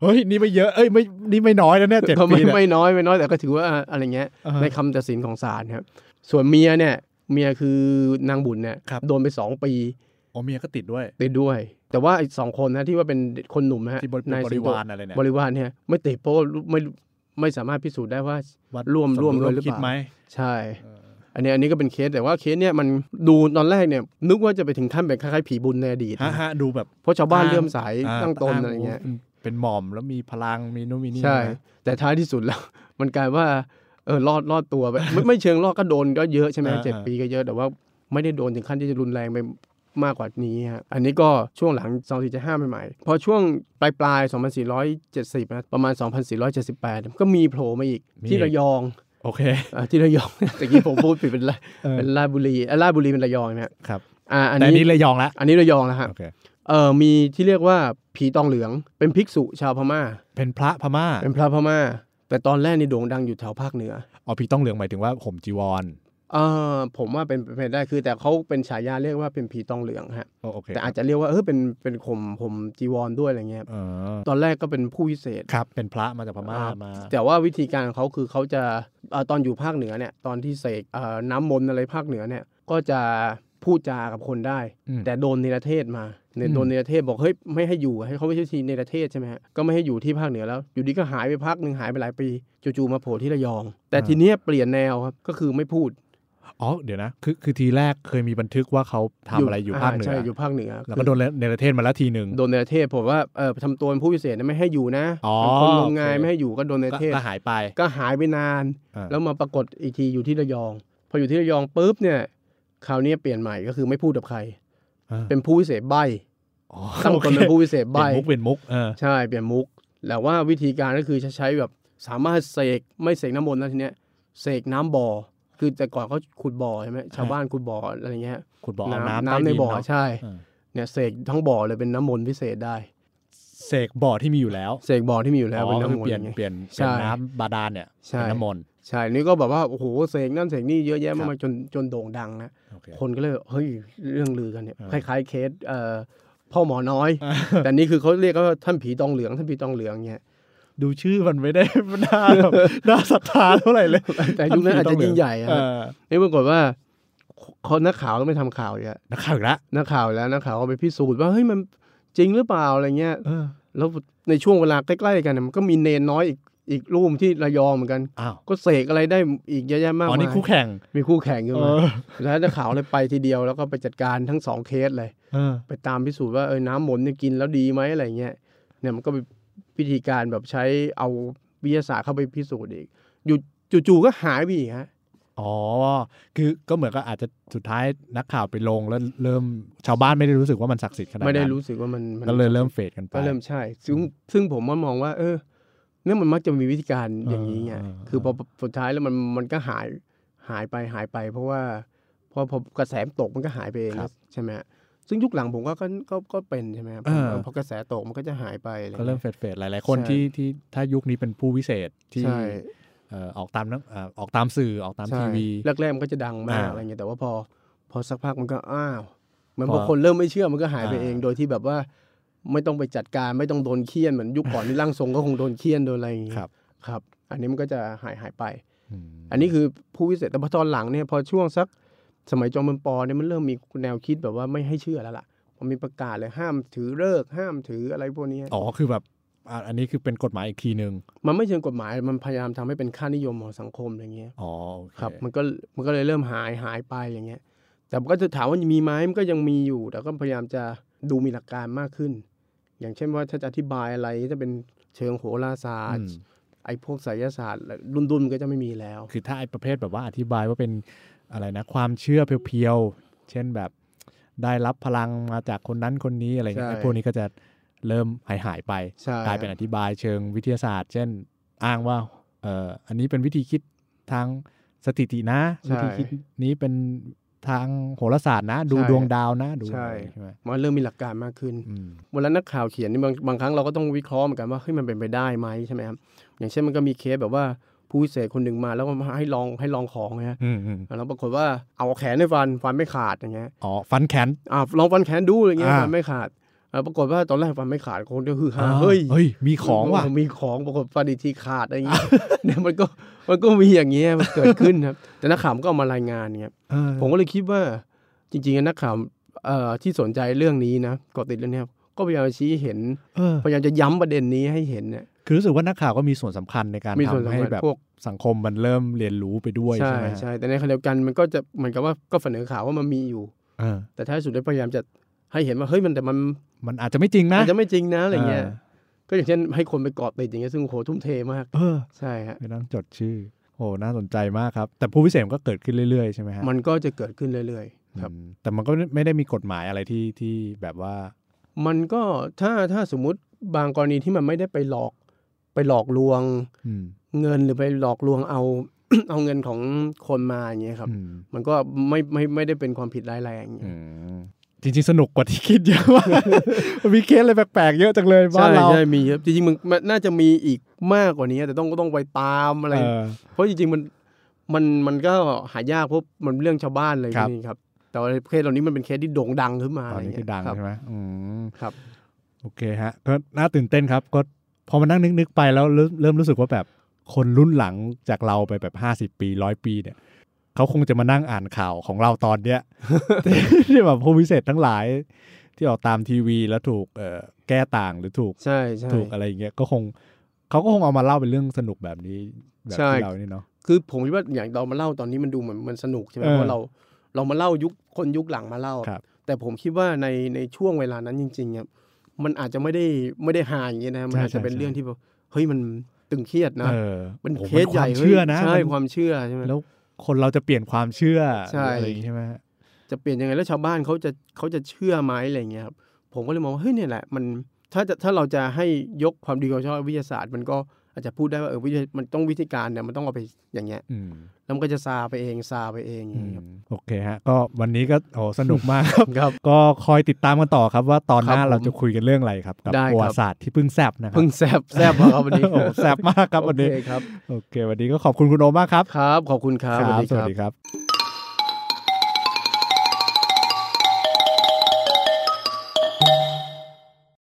S4: เฮ้ยนี่ไม่เยอะเอ้ยไม่นี่ไม่น้อยนะเนี่ยเจ็ด
S2: ก็
S4: ปี
S2: ไม่
S4: เนี่ย
S2: ไม่น้อยไม่น้อยแต่ก็ถือว่าอ่ะอะไรเงี้ย
S4: อ่าฮะ
S2: ในคำตัดสินของศาลครับส่วนเมียเนี่ยเมียคือนางบุญเนี่ย
S4: ครับ
S2: โดนไปสองปี
S4: อ๋อเมียก็ติดด้วย
S2: ติดด้วย แต่ว่าไอีกสองคนนะที่ว่าเป็นคนหนุ่มนะฮะ
S4: ที่บริ
S2: นาย
S4: บ
S2: สิ
S4: ริ
S2: งโต
S4: วารอะไรเนี่ย
S2: บริวารเนี่ยไม่ติดเพราะว่าไม่ไม่สามารถพิสูจน์ได้ว่า
S4: วัด
S2: ร่วม
S4: ส
S2: ร่วมด้ว
S4: คิด
S2: ยหรือเปล่า
S4: ไหม
S2: ใช่ อันเนี้ยอันนี้ก็เป็นเคสแต่ว่าเคสเนี่ยมันดูตอนแรกเนี่ยนึกว่าจะไปถึงขั้นแบบคล้ายๆผีบุญในอดีต
S4: ฮะ
S2: นะ
S4: ฮะดูแบบ
S2: เพราะชาวบ้านเริ่อมใส
S4: อ่า
S2: ตั้งตน
S4: าง
S2: อะไรเงี้ย
S4: เป็นหม่อมแล้วมีพลังมีนู่นมีนี่
S2: ใช่
S4: นะ
S2: แต่ท้ายที่สุดแล้ว มันกลายว่าเออรอดรอดตัวไป ไม่ไม่เชิงรอดก็โดนก็เยอะใช่ไหมเจ็ดปีก็เยอะแต่ว่าไม่ได้โดนถึงขั้นที่จะรุนแรงไปมากกว่านี้ฮะอันนี้ก็ช่วงหลัง 2475ใหม่ๆพอช่วงปลายปลายๆ2470นะประมาณ 2478 ก็มีโผล่มาอีกที่ระยอง
S4: โอเค
S2: อ่าที่ระยอง ตะกี้ผมพูดผิดเป็นละ
S4: เออ
S2: เป็นราชบุรีอ่าราชบุรีเป็นระยองนะฮะ
S4: ครับ
S2: อ่าอัน
S4: แต่อัน
S2: นี้
S4: นี้ระยองละ
S2: อันนี้ระยองนะฮะ
S4: โอเค
S2: เอ่อมีที่เรียกว่าผีตองเหลืองเป็นภิกษุชาวพม่า
S4: เป็นพระพม่า
S2: เป็นพระพม่า แต่ตอนแรกนี่โด่งดังอยู่แถวภาคเหนือ
S4: อ๋อพี่ต้องเหลืองหมายถึงว่าห่มจีวร
S2: เออผมว่าเป็นเป็นไปได้คือ แต่เขาเป็นฉายาเรียกว่าเป็นผีตองเหลืองฮะ
S4: โอโอเค
S2: แต่อาจจะเรียกว่าเออเป็นเป็นข่มผมจีวรด้วยอะไรเงี้ย
S4: เออ
S2: ตอนแรกก็เป็นผู้พิเศษ
S4: ครับเป็นพระมาจากพม่า
S2: อ่าม
S4: มา
S2: แต่ว่าวิธีการของเขาคือเขาจะเอ่อตอนอยู่ภาคเหนือเนี่ยตอนที่เสกเอ่อน้ำมนต์อะไรภาคเหนือเนี่ยก็จะพูดจากับคนได้
S4: อืม
S2: แต่โดนเนรเทศมาเนี่ย
S4: อืม
S2: โดนเนรเทศบอกเฮ้ยไม่ให้อยู่ให้เขาไม่ใช่ทีเนรเทศใช่ไหมฮะก็ไม่ให้อยู่ที่ภาคเหนือแล้ว อยู่ดีก็หายไปพักหนึ่งหายไปหลายปีจู่ๆมาโผล่ที่ระยอง แต่ทีเนี้ยเปลี่ยนแนวครับก็คือไม่พูด
S4: อ๋อเดี๋ยวนะคือคือทีแรกเคยมีบันทึกว่าเขาทำอะไรอยู่ภาคเหนือ
S2: ใช่อยู่ภาคเหนือ
S4: แล้วก็โดนเนรเทศมาแล้วทีหนึ่ง
S2: โดนเนรเทศผมว่าเออทำตัวเป็นผู้พิเศษนะไม่ให้อยู่นะ
S4: อ๋อ
S2: เป็นคนงมงาย
S4: โอเค
S2: ไม่ให้อยู่ก็โดนเนร
S4: ก็
S2: เทศ
S4: ก็หายไป
S2: ก็หายไปนาน
S4: อ่า
S2: แล้วมาปรากฏอีกทีอยู่ที่ระยอง พออยู่ที่ระยองปุ๊บเนี่ยคราวนี้เปลี่ยนใหม่ก็คือไม่พูดกับใคร
S4: อ่า
S2: เป็นผู้วิเศษใบ
S4: อ๋อ
S2: ตั้งตนเป็น
S4: โอ
S2: ผู้วิเศษ
S4: เค
S2: ใบ
S4: เป็นมุกเป็นมุกเออ
S2: ใช่เปลี่ยนมุกแล้วว่าวิธีการก็คือจะใช้แบบสามารถเสกไม่เสกน้ำมนต์แล้วทีเนี้ยเสกน้ำบ่อ คือแต่ก่อนเขาขุดบ่อใช่ไหมชาวบ้านขุดบ่ออะไรเงี้ย
S4: ขุดบ่อเอาน้ำ
S2: น้ำใน
S4: ใต้ดิ
S2: บ่อ
S4: เาะ
S2: ใช่
S4: เออ
S2: เนี่ยเสกทั้งบ่อเลยเป็นน้ำมนต์พิเศษได้
S4: เสกบ่อที่มีอยู่แล้ว
S2: เสกบ่อที่มีอยู่แล้ว
S4: อ๋อ
S2: เป็นน้ำม
S4: ก็
S2: น
S4: คือเป
S2: ต์
S4: ลี่ยน
S2: ไง
S4: เปลี่ยน
S2: ใช่
S4: เปลี่ยนน้ำบาดาลเนี่ย
S2: ใช่
S4: เป็นน้ำมนต์
S2: ใช่นี่ก็แบบว่าโอ้โหเสกนั่นเสกนี่เยอะแยะ
S4: ครั
S2: มาก
S4: บ
S2: มายจนจนโด่งดังนะ
S4: โอเค
S2: คนก็เลยแบบเฮ้ยเรื่องลือกันเนี่ย
S4: อ่า
S2: คล้ายๆเคสเอ่อพ่อหมอน้อย แต่นี่คือเขาเรียกว่าท่านผีตองเหลืองท่านผีตองเหลืองเนี่ย
S4: ดูชื่อมันไม่ได้ น่าแบบน่าศรัทธาเท่าไหร่เลย
S2: แต่ยุคนั้นอาจจะยิ่งใหญ่อะ
S4: เอ
S2: ครับ
S4: อ
S2: นี่ปรากฏว่าคนนักข่าวต้องไปทำข่าวเนี่ย
S4: นักข่าวอีกละ
S2: นักข่าวแล้วนักข่าวก็ไปพิสูจน์ว่าเฮ้ยมันจริงหรือเปล่าอะไรเงี้ย
S4: เออ
S2: แล้วในช่วงเวลาใกล้ๆกันเนี่ยมันก็มีเนนน้อยอีกอีกรูปที่ระยองเหมือนกัน
S4: อ้าว
S2: ก็เสกอะไรได้อีกเยอะแยะมาก
S4: อ๋อ
S2: มาย
S4: นี่คู่แข่ง
S2: มีคู่แข่งอยู่
S4: เอ
S2: มา
S4: อ
S2: แล้วนักข่าวเลยไปทีเดียวแล้วก็ไปจัดการทั้งสองเคสเลย
S4: เออ
S2: ไปตามพิสูจน์ว่าเออน้ำมนต์เนี่ยกินแล้วดีไหมอะไรเงี้ยเนี่ยมันก็เป็นวิธีการแบบใช้เอาวิทยาศาสตร์เข้าไปพิสูจน์อีกอยู่จู่ๆก็หายไปอีกฮะ
S4: อ๋อคือก็เหมือนก็อาจจะสุดท้ายนักข่าวไปลงแล้วเริ่มชาวบ้านไม่ได้รู้สึกว่ามันศักดิ์สิทธิ์ขนาดนั้น
S2: ไม่ได้รู้สึกว่ามันมัน
S4: ก็เลยเริ่มเฟดกันไป
S2: ก็เริ่มใช่ ซึ่งซึ่งผมมามองว่า เออ เนี่ยมันมักจะมีวิธีการอย่างนี้ไง
S4: อ่าอ่า
S2: คือพอสุดท้ายแล้วมันมันก็หายหายไปหายไป เพราะว่าพอพอกระแสตกมันก็หายไปเอง
S4: ครับ
S2: ใช่ไหมฮะซึ่งยุคหลังผมก็ก็ก็ก็เป็นใช่ไหมครับ
S4: เออ
S2: พอกระแสตกมันก็จะหายไปอะไร
S4: ก็เริ่ม
S2: งี้ย
S4: เฟดเฟดๆหลายๆคน
S2: ใช่
S4: ที่ที่ถ้ายุคนี้เป็นผู้วิเศษที่
S2: ใช่
S4: เอ่อออกตามหนังเอ่อออกตามสื่อออกตาม
S2: ใช่
S4: ทีวี
S2: แรกๆมันก็จะดังมาก
S4: อ่า
S2: อะไรเงี้ยแต่ว่าพอพอสักพักมันก็อ้าวเหมัน
S4: พอ
S2: พอคนเริ่มไม่เชื่อมันก็หายไป
S4: อ่า
S2: เองโดยที่แบบว่า ไม่ต้องไปจัดการไม่ต้องโดนเคี่ยนเหมือนยุคก่อนที่ร่างทรงก็คงโดนเคี่ยนโดนอะไรอย่างเงี้ย
S4: ครับ
S2: ครับ อันนี้มันก็จะหายหายไป
S4: ม
S2: อันนี้คือผู้วิเศษแต่พอตอนหลังเนี่ยพอช่วงสักสมัยจอมพลปอเนี่ยมันเริ่มมีแนวคิดแบบว่าไม่ให้เชื่อแล้วล่ะพอมีประกาศเลยห้ามถือเลิกษ์ห้ามถืออะไรพวกนี้
S4: อ๋อคือแบบอ่ะอันนี้คือเป็นกฎหมายอีกทีหนึ่ง
S2: มันไม่เชิงกฎหมายมันพยายามทำให้เป็นค่านิยมของสังคมอย่างเงี้ย
S4: อ๋อโอเค
S2: ครับมันก็มันก็เลยเริ่มหายหายไปอย่างเงี้ยแต่ก็จะถามว่ามีไหมมันก็ยังมีอยู่ แต่ก็พยายามจะดูมีหลักการมากขึ้น อย่างเช่นว่าถ้าจะอธิบายอะไรจะเป็นเชิงโหราศาสต
S4: อื
S2: ร์
S4: ม
S2: ไอ้พวกไสยศาสตร์ดุนๆมันก็จะไม่มีแล้ว
S4: คือถ้าไอ้ประเภทแบบว่าอธิบายว่าเป็นอะไรนะความเชื่อเพียวๆ เช่นแบบได้รับพลังมาจากคนนั้นคนนี้อะไรเงี้ย
S2: ใช่
S4: ไอ้พวกนี้ก็จะเริ่มหายหายๆไป
S2: ใช่
S4: กลายเป็นอธิบายเชิงวิทยาศาสตร์ เช่นอ้างว่าเอ่ออันนี้เป็นวิธีคิดทางสถิตินะ
S2: ใช่
S4: วิธีคิดนี้เป็นทางโหราศาสตร์นะ ดู
S2: ใช่
S4: ดวงดาวนะดู
S2: ใช่
S4: อะไรใช่ไหม
S2: มันเริ่มมีหลักการมากขึ้น
S4: อืม
S2: เวลานักข่าวเขียนนี่บางบางครั้งเราก็ต้องวิเคราะห์เหมือนกันว่าเฮ้ยมันเป็นไปได้ไหมใช่ไหมครับอย่างเช่นมันก็มีเคสแบบว่าผู้พิเศษคนหนึ่งมาแล้วก็มาให้ลองให้ลองของนะฮะ
S4: อืมอืม
S2: แล้วปรากฏว่าเอาแขนให้ฟันฟันไม่ขาดอย่างเงี้ย
S4: อ๋อฟันแขน
S2: อ่าลองฟันแขนดูอย่างเงี้ย
S4: อ่า
S2: ฟันไม่ขาดแล้วปรากฏว่าตอนแรกฟันไม่ขาดคนก็คือฮา
S4: อ่า
S2: เฮ้ย
S4: เฮ้ย มีของว่ะ
S2: มีของปรากฏฟันอีกทีขาดอะไรอย่างเงี้ ยเนี่ยมันก็มันก็มีอย่างเงี้ยมันเกิดขึ้นครับแต่นักข่าวมันก็เอามารายงานเงี้ย ผมก็เลยคิดว่าจริงๆนักข่าวเอ่อที่สนใจเรื่องนี้นะเกาะติดเรื่องเนี้ยก็พยายามชี้เห็น
S4: เออ
S2: พยายามจะย้ำประเด็นนี้ให้เห็นเนี่ย
S4: คือรู้สึกว่านักข่าวก็มีส่วนสำคัญในการ
S2: มีส่วน
S4: ทำ
S2: สำ
S4: ให้
S2: คัญ
S4: แบบ
S2: พวก
S4: สังคมมันเริ่มเรียนรู้ไปด้วย
S2: ใช่
S4: ใช่ไหมฮะ
S2: ใช่แต่ในขณะเดียวกันมันก็จะเหมือนกับว่าก็เสนอข่าวว่ามันมีอยู่
S4: เออ
S2: แต่ท้ายสุดได้วพยายามจะให้เห็นว่าเฮ้ยมันแต่มัน
S4: มันอาจจะไม่จริงนะ
S2: อาจจะไม่จริงนะอะไรเงี้ยก็อย่างเช่นให้คนไปเกาะติดอย่างเงี้ยซึ่งโหทุ่มเทมาก
S4: เออ
S2: ใช่ฮะ
S4: ไปนั่งจดชื่อโอ้น่าสนใจมากครับ แต่ผู้พิเศษมันก็เกิดขึ้นเรื่อยๆใช่ไหมฮะ
S2: มันก็จะเกิดขึ้นเรื่อยๆครับ
S4: อืมแต่มันก็ไม่ได้มีกฎหมายอะไรที่ที่แบบว่า
S2: มันก็ถ้าถ้าสมมุติบางกรณีที่มันไม่ได้ไปหลอกไปหลอกลวง
S4: อืม
S2: เงินหรือไปหลอกลวงเอา เอาเงินของคนมาอย่างเงี้ยครับ
S4: อืม
S2: มันก็ไม่ไม่ไม่ได้เป็นความผิดร้ายแรงอย่างเงี้ย
S4: อืมจริงๆ สนุกกว่าที่คิดเยอะมาก มีเคสอะไรแปลกๆ เยอะจังเลยบ้า
S2: ใช่
S4: นเรา
S2: ใช่มีเยอะจริงๆมันมันน่าจะมีอีกมากกว่านี้แต่ต้องต้องไปตามอะไร
S4: เออ
S2: เพราะจริงๆมันมันมันก็หายากเพราะมันเรื่องชาวบ้านเลย
S4: ครับ
S2: นี่ครับ แต่ว่าเคสเหล่านี้มันเป็นเคสที่โด่งดังขึ้นมา
S4: ตอนนี้
S2: ะไรเย
S4: คือดัง
S2: รับ
S4: ใช่ไหมอืม
S2: ครับ
S4: โอเคฮะ ก็น่าตื่นเต้นครับ ก็พอมานั่งนึกๆไปแล้วเริ่มเริ่มรู้สึกว่าแบบคนรุ่นหลังจากเราไปแบบห้าสิบปีร้อยปีเนี่ยเขาคงจะมานั่งอ่านข่าวของเราตอนเนี้ย ที่แบบผู้พิเศษทั้งหลาย ที่ออกตามทีวีแล้วถูกเอ่อแก้ต่างหรือถูก
S2: ใช่ใช่
S4: ถูกอะไรอย่างเงี้ยก็คงเขาก็คงเอามาเล่าเป็นเรื่องสนุกแบบนี้แบบ
S2: ใช่
S4: ที่เรานี่เนาะ
S2: คือผมคิดว่าอย่างเรามาเล่าตอนนี้มันดูเหมือนมันสนุกใช่ไหม
S4: เออ
S2: เพราะเราเรามาเล่ายุคคนยุคหลังมาเล่า
S4: ครับ
S2: แต่ผมคิดว่าในในช่วงเวลานั้นจริงๆครับมันอาจจะไม่ได้ไม่ได้หาอย่างเงี้ยนะมันอาจจะเป็นเรื่องที่แบบเฮ้ยมันตึงเครียดนะ
S4: เออ
S2: เป็น
S4: โอ้โ
S2: เคสใหญ่
S4: วามเชื่อนะ
S2: ใช่
S4: มัน
S2: ความเชื่อใช่ไหม
S4: แล้วคนเราจะเปลี่ยนความเชื่อ
S2: ใช่
S4: อะไรอย่างงี้ใช่ไหมฮะ
S2: จะเปลี่ยนยังไงแล้วชาวบ้านเขาจะเขาจะเชื่อไหมอะไรเงี้ยครับผมก็เลยมองว่าเฮ้ยเนี่ยแหละมันถ้าจะถ้าเราจะให้ยกความดีของชาววิทยาศาสตร์ มันก็อาจจะพูดได้ว่าเออวิทยามันต้องวิธีการเนี่ยมันต้องเอาไปอย่างเงี้ย
S4: อืม
S2: แล้วมันก็จะซาไปเองซาไปเองอย่างเงี้ยครับ
S4: โอเคฮะ ก็วันนี้ก็โอ้สนุกมากครับ
S2: ครับ
S4: ก็คอยติดตามกันต่อครับว่าตอนหน้า
S2: ครับผม
S4: เราจะคุยกันเรื่องอะไรครับ กับ
S2: ได้ครับ
S4: ประวัติศาสตร์ที่เพิ่งแซบนะครั
S2: เพิ่งแซบแซบมาครับวันนี้
S4: โอ้แซบมากครับวันนี้
S2: โอเคครับ
S4: โอเค วันนี้ก็ขอบคุณคุณโอมากครับ
S2: ครับ ขอบคุณครับ
S4: ค
S2: ส
S4: รับ
S2: วัสดี
S4: ส
S2: ค
S4: วัส
S2: รับ
S4: ดีครับ